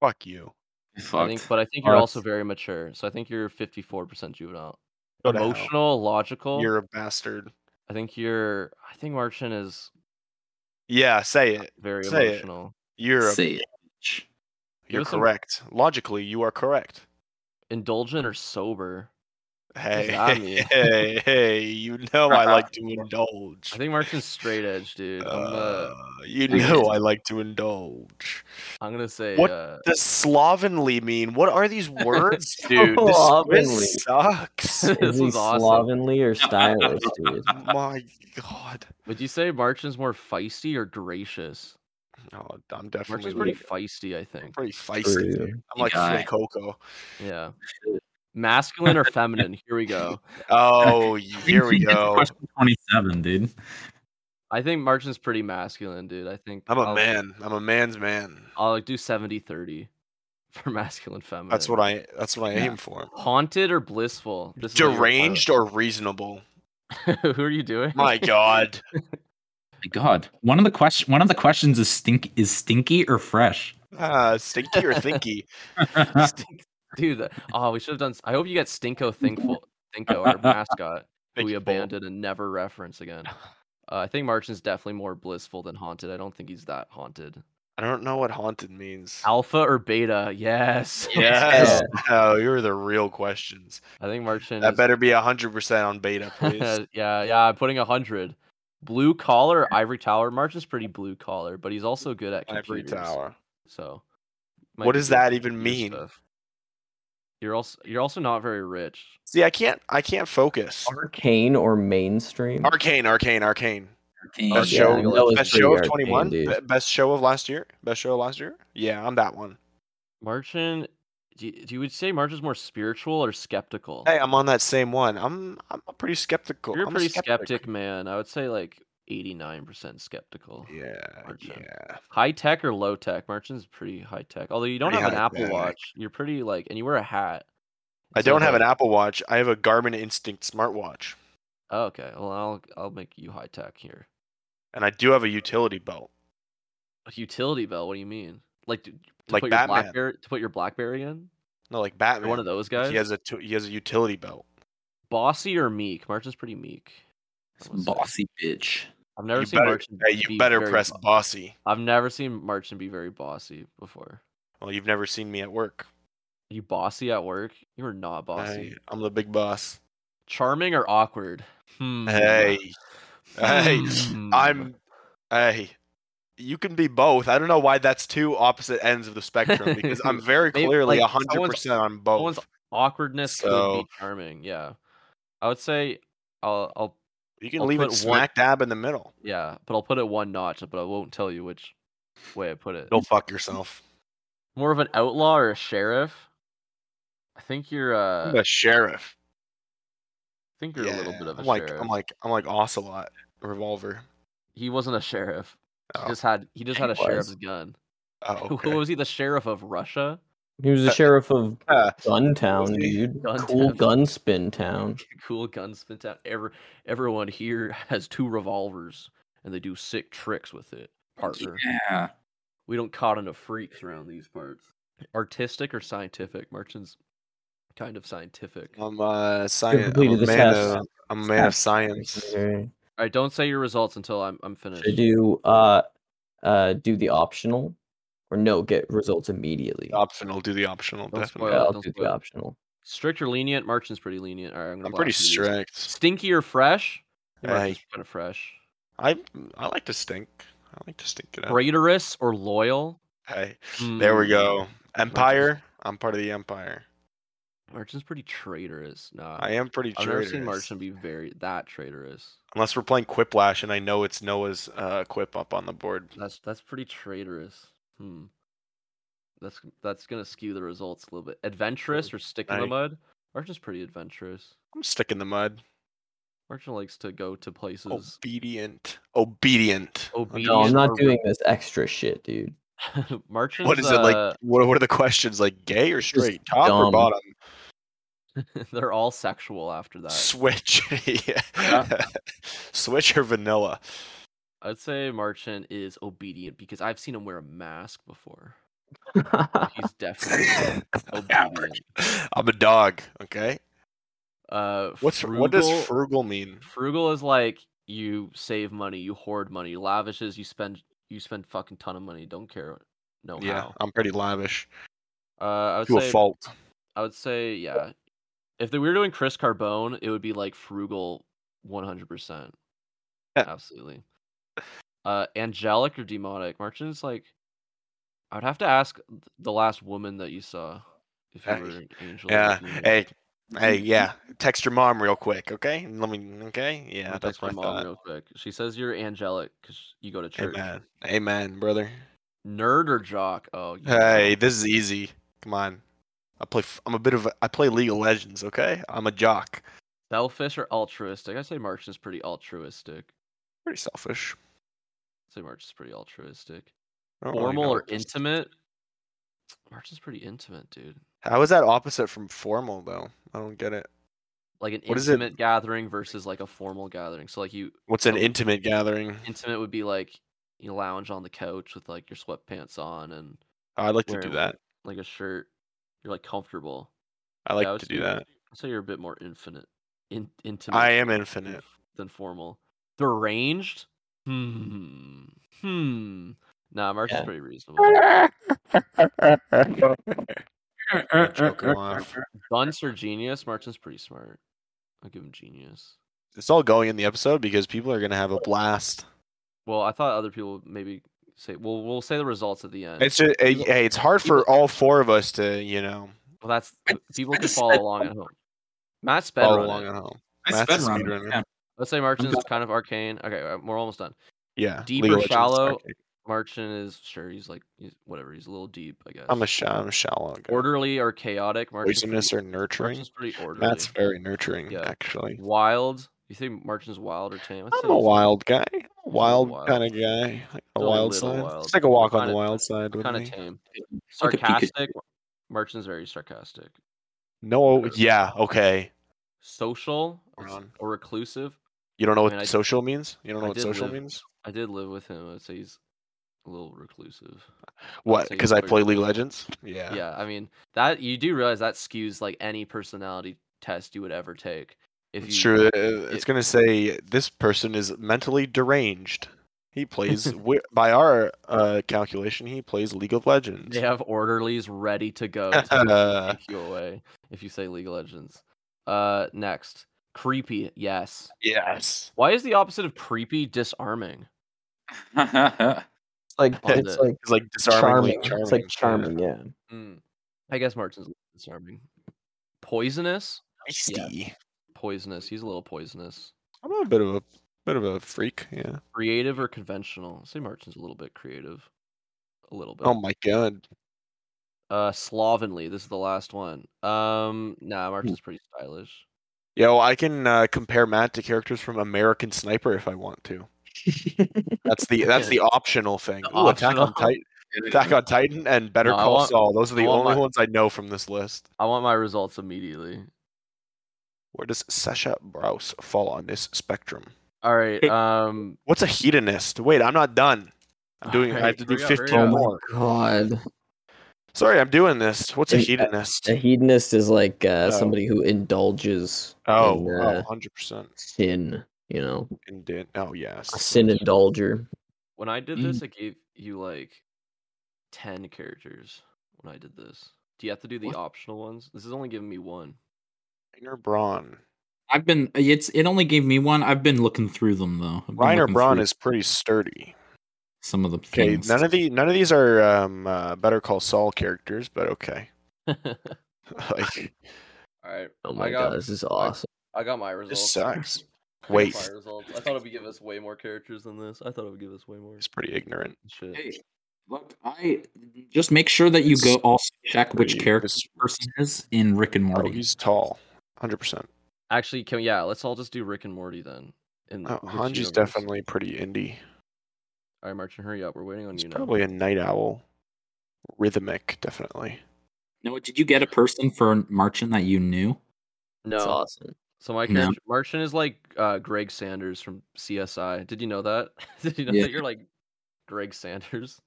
[SPEAKER 4] fuck you.
[SPEAKER 2] I
[SPEAKER 5] Fucked.
[SPEAKER 2] think, but I think you're
[SPEAKER 5] Alright.
[SPEAKER 2] also very mature. So I think you're 54% juvenile.
[SPEAKER 4] Go to hell.
[SPEAKER 2] Emotional, logical.
[SPEAKER 4] You're a bastard.
[SPEAKER 2] I think you're. I think Merchant is
[SPEAKER 4] Yeah, say it.
[SPEAKER 2] very
[SPEAKER 4] Say it.
[SPEAKER 2] emotional.
[SPEAKER 4] You're a,
[SPEAKER 5] Say it. bitch.
[SPEAKER 4] you're
[SPEAKER 2] us some-
[SPEAKER 4] correct. Logically, you are correct.
[SPEAKER 2] Indulgent or sober.
[SPEAKER 4] Hey,
[SPEAKER 2] I mean-
[SPEAKER 4] hey, hey, hey, you know I like to indulge.
[SPEAKER 2] I think Martin's straight edge, dude. I'm, uh,
[SPEAKER 4] Uh, you
[SPEAKER 2] think
[SPEAKER 4] know
[SPEAKER 2] it's-
[SPEAKER 4] I like to indulge.
[SPEAKER 2] I'm gonna say
[SPEAKER 4] what-
[SPEAKER 2] Uh,
[SPEAKER 4] Does slovenly mean? What are these words, dude? This
[SPEAKER 3] Slovenly.
[SPEAKER 4] quiz sucks.
[SPEAKER 2] This
[SPEAKER 3] Is he
[SPEAKER 2] was awesome.
[SPEAKER 3] slovenly or stylish, dude?
[SPEAKER 4] My God.
[SPEAKER 2] would you say Martin's more feisty or gracious?
[SPEAKER 4] No, I'm definitely
[SPEAKER 2] Martin's pretty feisty, I
[SPEAKER 4] I'm
[SPEAKER 2] think.
[SPEAKER 4] pretty feisty.
[SPEAKER 3] True.
[SPEAKER 4] dude. I'm like
[SPEAKER 5] Guy.
[SPEAKER 4] Phil Coco.
[SPEAKER 2] Yeah. Masculine or feminine? Here we go.
[SPEAKER 4] Oh, here we go.
[SPEAKER 5] Question twenty-seven, dude.
[SPEAKER 2] I think Martin's pretty masculine, dude. I think
[SPEAKER 4] I'm a
[SPEAKER 2] I'll-
[SPEAKER 4] man. I'm a man's man.
[SPEAKER 2] I'll do 70 30 for masculine feminine.
[SPEAKER 4] That's what I. That's what I
[SPEAKER 5] Yeah.
[SPEAKER 4] aim for.
[SPEAKER 2] Haunted or blissful? This is what you were playing.
[SPEAKER 4] Deranged or reasonable?
[SPEAKER 2] Who are you doing?
[SPEAKER 4] My God.
[SPEAKER 5] My God, one of the question, one of the questions is stink is stinky or fresh.
[SPEAKER 4] Uh, stinky or thinky?
[SPEAKER 2] Stink- Dude, that- oh, we should have done. s- I hope you got Stinko Thinkful, Stinko, our mascot, who we
[SPEAKER 4] Thinkful.
[SPEAKER 2] abandoned and never reference again. Uh, I think Martin's definitely more blissful than haunted. I don't think he's that haunted.
[SPEAKER 4] I don't know what haunted means.
[SPEAKER 2] Alpha or beta? Yes.
[SPEAKER 4] Yes. No, you're Oh, the real questions.
[SPEAKER 2] I think Martin.
[SPEAKER 4] That
[SPEAKER 2] is-
[SPEAKER 4] better be 100% on beta, please.
[SPEAKER 2] yeah, yeah. I'm putting hundred. Blue collar, ivory tower. Martin's pretty blue collar, but he's also good at
[SPEAKER 4] Ivory
[SPEAKER 2] computers.
[SPEAKER 4] Tower.
[SPEAKER 2] So,
[SPEAKER 4] What
[SPEAKER 2] might be
[SPEAKER 4] does
[SPEAKER 2] good at
[SPEAKER 4] that
[SPEAKER 2] the
[SPEAKER 4] even
[SPEAKER 2] computer
[SPEAKER 4] mean?
[SPEAKER 2] stuff. You're also you're also not very rich.
[SPEAKER 4] See, I can't I can't focus.
[SPEAKER 3] Arcane or mainstream?
[SPEAKER 4] Arcane, Arcane, Arcane.
[SPEAKER 5] Arcane.
[SPEAKER 4] Best
[SPEAKER 3] yeah,
[SPEAKER 4] show,
[SPEAKER 3] I think that was
[SPEAKER 4] best
[SPEAKER 3] pretty
[SPEAKER 4] show of
[SPEAKER 3] arcane,
[SPEAKER 4] 21.
[SPEAKER 3] dude.
[SPEAKER 4] Be- Best show of last year. Best show of last year. Yeah, I'm that one.
[SPEAKER 2] Marchin, do you, do you would say Marchin's more spiritual or skeptical?
[SPEAKER 4] Hey, I'm on that same one. I'm I'm a pretty skeptical.
[SPEAKER 2] You're a
[SPEAKER 4] I'm
[SPEAKER 2] pretty
[SPEAKER 4] skeptic.
[SPEAKER 2] skeptic man. I would say like 89% skeptical.
[SPEAKER 4] Yeah,
[SPEAKER 2] Marchin.
[SPEAKER 4] yeah.
[SPEAKER 2] High tech or low tech? Marchin's pretty high tech. Although you don't
[SPEAKER 4] Pretty
[SPEAKER 2] have an Apple
[SPEAKER 4] high-tech.
[SPEAKER 2] Watch, you're pretty like, and you wear a hat.
[SPEAKER 4] I
[SPEAKER 2] So,
[SPEAKER 4] don't have an
[SPEAKER 2] like-
[SPEAKER 4] Apple Watch. I have a Garmin Instinct smartwatch,
[SPEAKER 2] Oh, okay, well I'll I'll make you high tech here.
[SPEAKER 4] and I do have a utility belt.
[SPEAKER 2] A utility belt? What do you mean? Like to, to
[SPEAKER 4] Like
[SPEAKER 2] put
[SPEAKER 4] Batman.
[SPEAKER 2] your BlackBerry to put your BlackBerry in?
[SPEAKER 4] No, like
[SPEAKER 2] You're
[SPEAKER 4] Batman.
[SPEAKER 2] one of those guys.
[SPEAKER 4] He has a tu- he has a utility belt.
[SPEAKER 2] Bossy or meek? Marchin's pretty meek. I would say.
[SPEAKER 5] Bossy bitch.
[SPEAKER 2] I've never
[SPEAKER 4] you
[SPEAKER 2] seen
[SPEAKER 4] better,
[SPEAKER 2] Marchin.
[SPEAKER 4] hey, you
[SPEAKER 2] be
[SPEAKER 4] better
[SPEAKER 2] very
[SPEAKER 4] press
[SPEAKER 2] bo-
[SPEAKER 4] bossy.
[SPEAKER 2] I've never seen Marchin be very bossy before.
[SPEAKER 4] Well, you've never seen me at work.
[SPEAKER 2] You bossy at work? You are not bossy.
[SPEAKER 4] Hey, I'm the big boss.
[SPEAKER 2] Charming or awkward? Hmm.
[SPEAKER 4] Hey, hey,
[SPEAKER 2] Hmm.
[SPEAKER 4] I'm. Hey, you can be both. I don't know why that's two opposite ends of the spectrum because I'm very
[SPEAKER 2] Maybe,
[SPEAKER 4] clearly a
[SPEAKER 2] like,
[SPEAKER 4] 100
[SPEAKER 2] someone's-
[SPEAKER 4] percent on
[SPEAKER 2] someone's
[SPEAKER 4] both.
[SPEAKER 2] awkwardness could
[SPEAKER 4] So-
[SPEAKER 2] be charming. Yeah, I would say I'll, I'll
[SPEAKER 4] You can
[SPEAKER 2] I'll
[SPEAKER 4] leave it
[SPEAKER 2] put one-
[SPEAKER 4] smack dab in the middle.
[SPEAKER 2] yeah, but I'll put it one notch, but I won't tell you which way I put it.
[SPEAKER 4] Don't fuck yourself.
[SPEAKER 2] More of an outlaw or a sheriff? I think you're. Uh,
[SPEAKER 4] I'm a sheriff.
[SPEAKER 2] I think you're a little
[SPEAKER 4] Yeah,
[SPEAKER 2] bit of a
[SPEAKER 4] I'm like
[SPEAKER 2] sheriff.
[SPEAKER 4] I'm like I'm like Ocelot revolver.
[SPEAKER 2] he wasn't a sheriff. He
[SPEAKER 4] Oh,
[SPEAKER 2] just had he just had
[SPEAKER 3] He
[SPEAKER 2] a sheriff's
[SPEAKER 3] was.
[SPEAKER 2] gun.
[SPEAKER 4] oh, okay.
[SPEAKER 2] Who was he? The sheriff of Russia?
[SPEAKER 3] He was the
[SPEAKER 4] Uh,
[SPEAKER 3] sheriff of
[SPEAKER 4] uh,
[SPEAKER 3] Guntown,
[SPEAKER 4] was he?
[SPEAKER 3] dude.
[SPEAKER 2] Guntown.
[SPEAKER 3] Cool gunspin town.
[SPEAKER 2] cool gunsmith town. Every, everyone here has two revolvers and they do sick tricks with it, partner.
[SPEAKER 5] Yeah.
[SPEAKER 2] We don't caught enough freaks around these parts. Artistic or scientific? Marchin's kind of scientific. All
[SPEAKER 4] I'm uh, science. I'm a
[SPEAKER 3] completed the
[SPEAKER 4] man
[SPEAKER 3] test.
[SPEAKER 4] of, I'm a man of science.
[SPEAKER 3] Okay.
[SPEAKER 2] right, don't say your results until I'm I'm finished.
[SPEAKER 3] Should I do uh uh do the optional or no? Get results immediately.
[SPEAKER 4] Optional. Do the optional.
[SPEAKER 2] Don't
[SPEAKER 4] Definitely.
[SPEAKER 3] Yeah,
[SPEAKER 2] spoil it,
[SPEAKER 3] I'll
[SPEAKER 2] don't
[SPEAKER 3] do the
[SPEAKER 2] spoil it.
[SPEAKER 3] optional.
[SPEAKER 2] Strict or lenient? Marchin's pretty lenient. All right, I'm gonna.
[SPEAKER 4] I'm pretty
[SPEAKER 2] blast through these.
[SPEAKER 4] strict.
[SPEAKER 2] Stinky or fresh? Yeah,
[SPEAKER 4] Hey.
[SPEAKER 2] Marchin's kind of fresh.
[SPEAKER 4] I I like to stink. I like to stink it up.
[SPEAKER 2] Traitorous or loyal?
[SPEAKER 4] Hey, there we
[SPEAKER 2] Hmm,
[SPEAKER 4] go. Empire. I'm part of the empire.
[SPEAKER 2] Marchin's Hmm. pretty traitorous. Nah,
[SPEAKER 4] I am pretty
[SPEAKER 2] I've never
[SPEAKER 4] traitorous.
[SPEAKER 2] seen Marchin be very that traitorous.
[SPEAKER 4] Unless we're playing Quiplash, and I know it's Noah's uh, quip up on the board.
[SPEAKER 2] That's that's pretty traitorous. Hmm. That's that's gonna skew the results a little bit. Adventurous or stick in the
[SPEAKER 4] Like-
[SPEAKER 2] mud? Archin's pretty adventurous.
[SPEAKER 4] I'm sticking the mud.
[SPEAKER 2] Archin likes to go
[SPEAKER 4] Oh.
[SPEAKER 2] to places.
[SPEAKER 4] Obedient. Obedient. I'm
[SPEAKER 2] Obedient.
[SPEAKER 3] No, I'm
[SPEAKER 2] are
[SPEAKER 3] not
[SPEAKER 2] re-
[SPEAKER 3] doing this extra shit, dude.
[SPEAKER 2] Marchin's
[SPEAKER 4] What is it like?
[SPEAKER 2] uh,
[SPEAKER 4] What, what are the questions like? Gay or straight? Top
[SPEAKER 3] dumb.
[SPEAKER 4] or bottom?
[SPEAKER 2] they're all sexual after that.
[SPEAKER 4] Switch. yeah. Switch or vanilla?
[SPEAKER 2] I'd say Marchin is obedient because I've seen him wear a mask before. He's definitely obedient.
[SPEAKER 4] I'm a dog. Okay.
[SPEAKER 2] Uh,
[SPEAKER 4] What's what does
[SPEAKER 2] frugal-
[SPEAKER 4] frugal mean?
[SPEAKER 2] Frugal is like you save money, you hoard money. Lavish is you spend you spend fucking ton of money. Don't care, no
[SPEAKER 4] Yeah,
[SPEAKER 2] how.
[SPEAKER 4] I'm pretty lavish
[SPEAKER 2] Uh, I would
[SPEAKER 4] to
[SPEAKER 2] Oh, say
[SPEAKER 4] a fault.
[SPEAKER 2] I would say yeah. If they- we were doing Chris Carbone, it would be like frugal 100%.
[SPEAKER 4] Yeah.
[SPEAKER 2] Absolutely. Uh, angelic or demonic? Martin's like, I would have to ask th- the last woman that you saw if you
[SPEAKER 4] Hey,
[SPEAKER 2] were an angel. or
[SPEAKER 4] Yeah.
[SPEAKER 2] demon.
[SPEAKER 4] Hey, hey, yeah. Text your mom real quick, okay? Let me. Okay.
[SPEAKER 2] Let
[SPEAKER 4] Yeah,
[SPEAKER 2] me
[SPEAKER 4] that's
[SPEAKER 2] text my
[SPEAKER 4] my
[SPEAKER 2] mom
[SPEAKER 4] thought.
[SPEAKER 2] real quick. She says you're angelic because you go to church.
[SPEAKER 4] Amen. Amen, brother.
[SPEAKER 2] Nerd or jock? Oh, you
[SPEAKER 4] Hey, this is easy. Come on. I play. f- I'm a bit of. A, I play League of Legends. Okay. I'm a jock.
[SPEAKER 2] selfish or altruistic? I say Martin's pretty altruistic.
[SPEAKER 4] Pretty selfish.
[SPEAKER 2] I'd say Martin's pretty altruistic.
[SPEAKER 4] I don't really
[SPEAKER 2] Formal
[SPEAKER 4] know
[SPEAKER 2] or
[SPEAKER 4] what this-
[SPEAKER 2] intimate? Martin's pretty intimate, dude.
[SPEAKER 4] How is that opposite from formal though? I don't get it.
[SPEAKER 2] like an
[SPEAKER 4] What is it-
[SPEAKER 2] intimate gathering versus like a formal gathering. So like you
[SPEAKER 4] What's an
[SPEAKER 2] Um,
[SPEAKER 4] intimate gathering?
[SPEAKER 2] intimate would be like you lounge on the couch with like your sweatpants on and
[SPEAKER 4] Oh, I'd like to do
[SPEAKER 2] where-
[SPEAKER 4] that.
[SPEAKER 2] like a shirt. You're like comfortable.
[SPEAKER 4] I
[SPEAKER 2] I
[SPEAKER 4] like
[SPEAKER 2] would
[SPEAKER 4] to do
[SPEAKER 2] say-
[SPEAKER 4] that.
[SPEAKER 2] So you're a bit more infinite, in, intimate.
[SPEAKER 4] I am
[SPEAKER 2] than
[SPEAKER 4] infinite.
[SPEAKER 2] f- than formal. Deranged. Hmm. Hmm. Nah, Mark's is
[SPEAKER 3] Yeah.
[SPEAKER 2] pretty reasonable.
[SPEAKER 4] Choke
[SPEAKER 5] Uh,
[SPEAKER 4] 'em off.
[SPEAKER 2] Dunce or genius? Martin's pretty smart. I'll give him genius.
[SPEAKER 4] It's all going in the episode because people are gonna have a blast.
[SPEAKER 2] Well, I thought other people would maybe say. Well, we'll say the results at the end.
[SPEAKER 4] It's just, hey,
[SPEAKER 2] People-
[SPEAKER 4] hey, it's hard
[SPEAKER 2] people-
[SPEAKER 4] for all four of us to, you know,
[SPEAKER 2] Well, that's
[SPEAKER 5] I
[SPEAKER 2] th- people
[SPEAKER 5] I
[SPEAKER 2] can
[SPEAKER 5] just
[SPEAKER 2] follow
[SPEAKER 5] sped
[SPEAKER 2] along at home. Matt sped
[SPEAKER 4] follow
[SPEAKER 2] run
[SPEAKER 4] along
[SPEAKER 2] it.
[SPEAKER 4] at home.
[SPEAKER 5] uh, I
[SPEAKER 4] Matt's a
[SPEAKER 5] sped run.
[SPEAKER 4] speedrunner.
[SPEAKER 5] Yeah.
[SPEAKER 2] Let's say Marchin is
[SPEAKER 5] got-
[SPEAKER 2] kind of arcane. Okay, uh, we're almost done.
[SPEAKER 4] Yeah.
[SPEAKER 2] Deep
[SPEAKER 4] League
[SPEAKER 2] or
[SPEAKER 4] of Legends,
[SPEAKER 2] shallow? uh,
[SPEAKER 4] okay.
[SPEAKER 2] Marchin is sure he's like he's, whatever. He's a little deep, I guess.
[SPEAKER 4] I'm a sh- I'm a shallow. guy.
[SPEAKER 2] orderly or chaotic. Marchin's
[SPEAKER 4] Poisonous
[SPEAKER 2] pretty,
[SPEAKER 4] or nurturing?
[SPEAKER 2] Marchin's pretty orderly.
[SPEAKER 4] Matt's very nurturing,
[SPEAKER 2] Yeah.
[SPEAKER 4] actually.
[SPEAKER 2] wild. You think Marchin's wild or tame? I'd say
[SPEAKER 4] I'm a
[SPEAKER 2] he's
[SPEAKER 4] wild guy. A wild,
[SPEAKER 2] wild.
[SPEAKER 4] kind of guy. Like A
[SPEAKER 2] Only
[SPEAKER 4] wild
[SPEAKER 2] little
[SPEAKER 4] side.
[SPEAKER 2] wild.
[SPEAKER 4] It's like a walk on
[SPEAKER 2] Kinda-
[SPEAKER 4] the wild side with
[SPEAKER 2] Kind
[SPEAKER 4] me.
[SPEAKER 2] of tame.
[SPEAKER 5] Like a Pikachu.
[SPEAKER 2] Sarcastic. Marchin's very sarcastic.
[SPEAKER 4] No,
[SPEAKER 2] Whatever.
[SPEAKER 4] yeah, okay.
[SPEAKER 2] Social or s-
[SPEAKER 4] Ron.
[SPEAKER 2] or reclusive.
[SPEAKER 4] You don't know what
[SPEAKER 2] mean, I-
[SPEAKER 4] social means? You don't know
[SPEAKER 2] I
[SPEAKER 4] what
[SPEAKER 2] did
[SPEAKER 4] social
[SPEAKER 2] live-
[SPEAKER 4] means?
[SPEAKER 2] I did live with him. I'd say he's a little reclusive.
[SPEAKER 4] What?
[SPEAKER 2] say
[SPEAKER 4] Because I
[SPEAKER 2] you're-
[SPEAKER 4] play League of Legends? Yeah.
[SPEAKER 2] yeah i mean that you do realize that skews like any personality test you would ever take if
[SPEAKER 4] It's
[SPEAKER 2] you
[SPEAKER 4] true. uh, It's
[SPEAKER 2] it-
[SPEAKER 4] going to say this person is mentally deranged. He plays, wi- by our uh, calculation, he plays League of Legends.
[SPEAKER 2] they have orderlies ready to go to
[SPEAKER 4] Uh.
[SPEAKER 2] take you away if you say league of legends uh next creepy yes
[SPEAKER 4] Yes.
[SPEAKER 2] why is the opposite of creepy disarming
[SPEAKER 3] Like
[SPEAKER 2] Love
[SPEAKER 3] it's
[SPEAKER 2] it.
[SPEAKER 3] like
[SPEAKER 4] It's like disarmingly
[SPEAKER 3] charming.
[SPEAKER 4] charming.
[SPEAKER 3] It's like charming. Yeah.
[SPEAKER 4] Hmm.
[SPEAKER 2] Mm, i guess martin's disarming poisonous
[SPEAKER 4] Feisty.
[SPEAKER 2] poisonous he's a little poisonous
[SPEAKER 4] I'm a bit of a bit of a freak. Yeah.
[SPEAKER 2] creative or conventional say martin's a little bit creative a little bit
[SPEAKER 4] Oh my god.
[SPEAKER 2] Uh, slovenly. This is the last one. Um,
[SPEAKER 4] Hmm.
[SPEAKER 2] nah, Martin's pretty stylish.
[SPEAKER 4] Yo, I can uh, compare Matt to characters from American Sniper if I want to. That's the that's the optional thing.
[SPEAKER 2] The
[SPEAKER 4] Ooh, Attack on
[SPEAKER 2] optional.
[SPEAKER 4] Titan, Attack on Titan, and Better
[SPEAKER 2] No, I
[SPEAKER 4] Call
[SPEAKER 2] want-
[SPEAKER 4] Saul. Those are
[SPEAKER 2] I
[SPEAKER 4] the
[SPEAKER 2] want
[SPEAKER 4] only
[SPEAKER 2] my-
[SPEAKER 4] ones I know from this list.
[SPEAKER 2] I want my results immediately.
[SPEAKER 4] Where does Sasha Browse fall on this spectrum?
[SPEAKER 2] All right.
[SPEAKER 3] Hey.
[SPEAKER 2] Um,
[SPEAKER 4] What's a hedonist? Wait, I'm not done. I'm doing. I have
[SPEAKER 2] Alright,
[SPEAKER 4] to do
[SPEAKER 2] hurry up, hurry
[SPEAKER 4] 15
[SPEAKER 2] up.
[SPEAKER 4] more.
[SPEAKER 3] God.
[SPEAKER 4] Sorry, I'm doing this. What's a
[SPEAKER 3] Hey, uh,
[SPEAKER 4] hedonist?
[SPEAKER 3] A hedonist is like uh,
[SPEAKER 4] Oh.
[SPEAKER 3] somebody who indulges
[SPEAKER 4] Oh,
[SPEAKER 3] in
[SPEAKER 4] oh,
[SPEAKER 3] uh,
[SPEAKER 4] 100%.
[SPEAKER 3] sin. You know,
[SPEAKER 4] Indent. Oh, yes.
[SPEAKER 3] a sin indulger.
[SPEAKER 2] when I did
[SPEAKER 4] Mm-hmm.
[SPEAKER 2] this, I gave you like ten characters. When I did this, do you have to do the
[SPEAKER 5] What?
[SPEAKER 2] optional ones? This is only giving me one.
[SPEAKER 4] Reiner Braun.
[SPEAKER 5] I've been it's it only gave me one. I've been looking through them though. I've been
[SPEAKER 4] Reiner
[SPEAKER 5] looking
[SPEAKER 4] Braun
[SPEAKER 5] through
[SPEAKER 4] is pretty sturdy.
[SPEAKER 5] some of the
[SPEAKER 4] Okay,
[SPEAKER 5] things.
[SPEAKER 4] none of the none of these are um, uh, Better Call Saul characters, but okay.
[SPEAKER 2] All
[SPEAKER 4] like,
[SPEAKER 2] right.
[SPEAKER 3] Oh my
[SPEAKER 2] I got,
[SPEAKER 3] god, this is awesome.
[SPEAKER 2] I got my results.
[SPEAKER 4] this sucks.
[SPEAKER 2] I got my
[SPEAKER 4] Wait,
[SPEAKER 2] results. I thought it would give us way more characters than this. I thought it would give us way more.
[SPEAKER 4] he's pretty ignorant.
[SPEAKER 2] Shit.
[SPEAKER 5] Hey, look, I just make sure that you go also check which
[SPEAKER 4] Pretty-
[SPEAKER 5] character
[SPEAKER 4] this-
[SPEAKER 5] the person is in Rick and
[SPEAKER 4] Oh,
[SPEAKER 5] Morty.
[SPEAKER 4] he's tall, hundred percent.
[SPEAKER 2] Actually, can yeah? Let's all just do Rick and Morty then. And
[SPEAKER 4] Oh, Hanji's definitely pretty indie.
[SPEAKER 2] All right, Martin, hurry up. We're waiting on
[SPEAKER 4] He's
[SPEAKER 2] you now.
[SPEAKER 4] probably a night owl. Rhythmic, definitely.
[SPEAKER 5] no, did you get a person for Marchin that you knew?
[SPEAKER 2] No.
[SPEAKER 3] It's awesome.
[SPEAKER 2] So my
[SPEAKER 5] No.
[SPEAKER 2] character Martian is like uh, Greg Sanders from CSI. Did you know that? Did you know
[SPEAKER 5] Yeah.
[SPEAKER 2] that you're like Greg Sanders?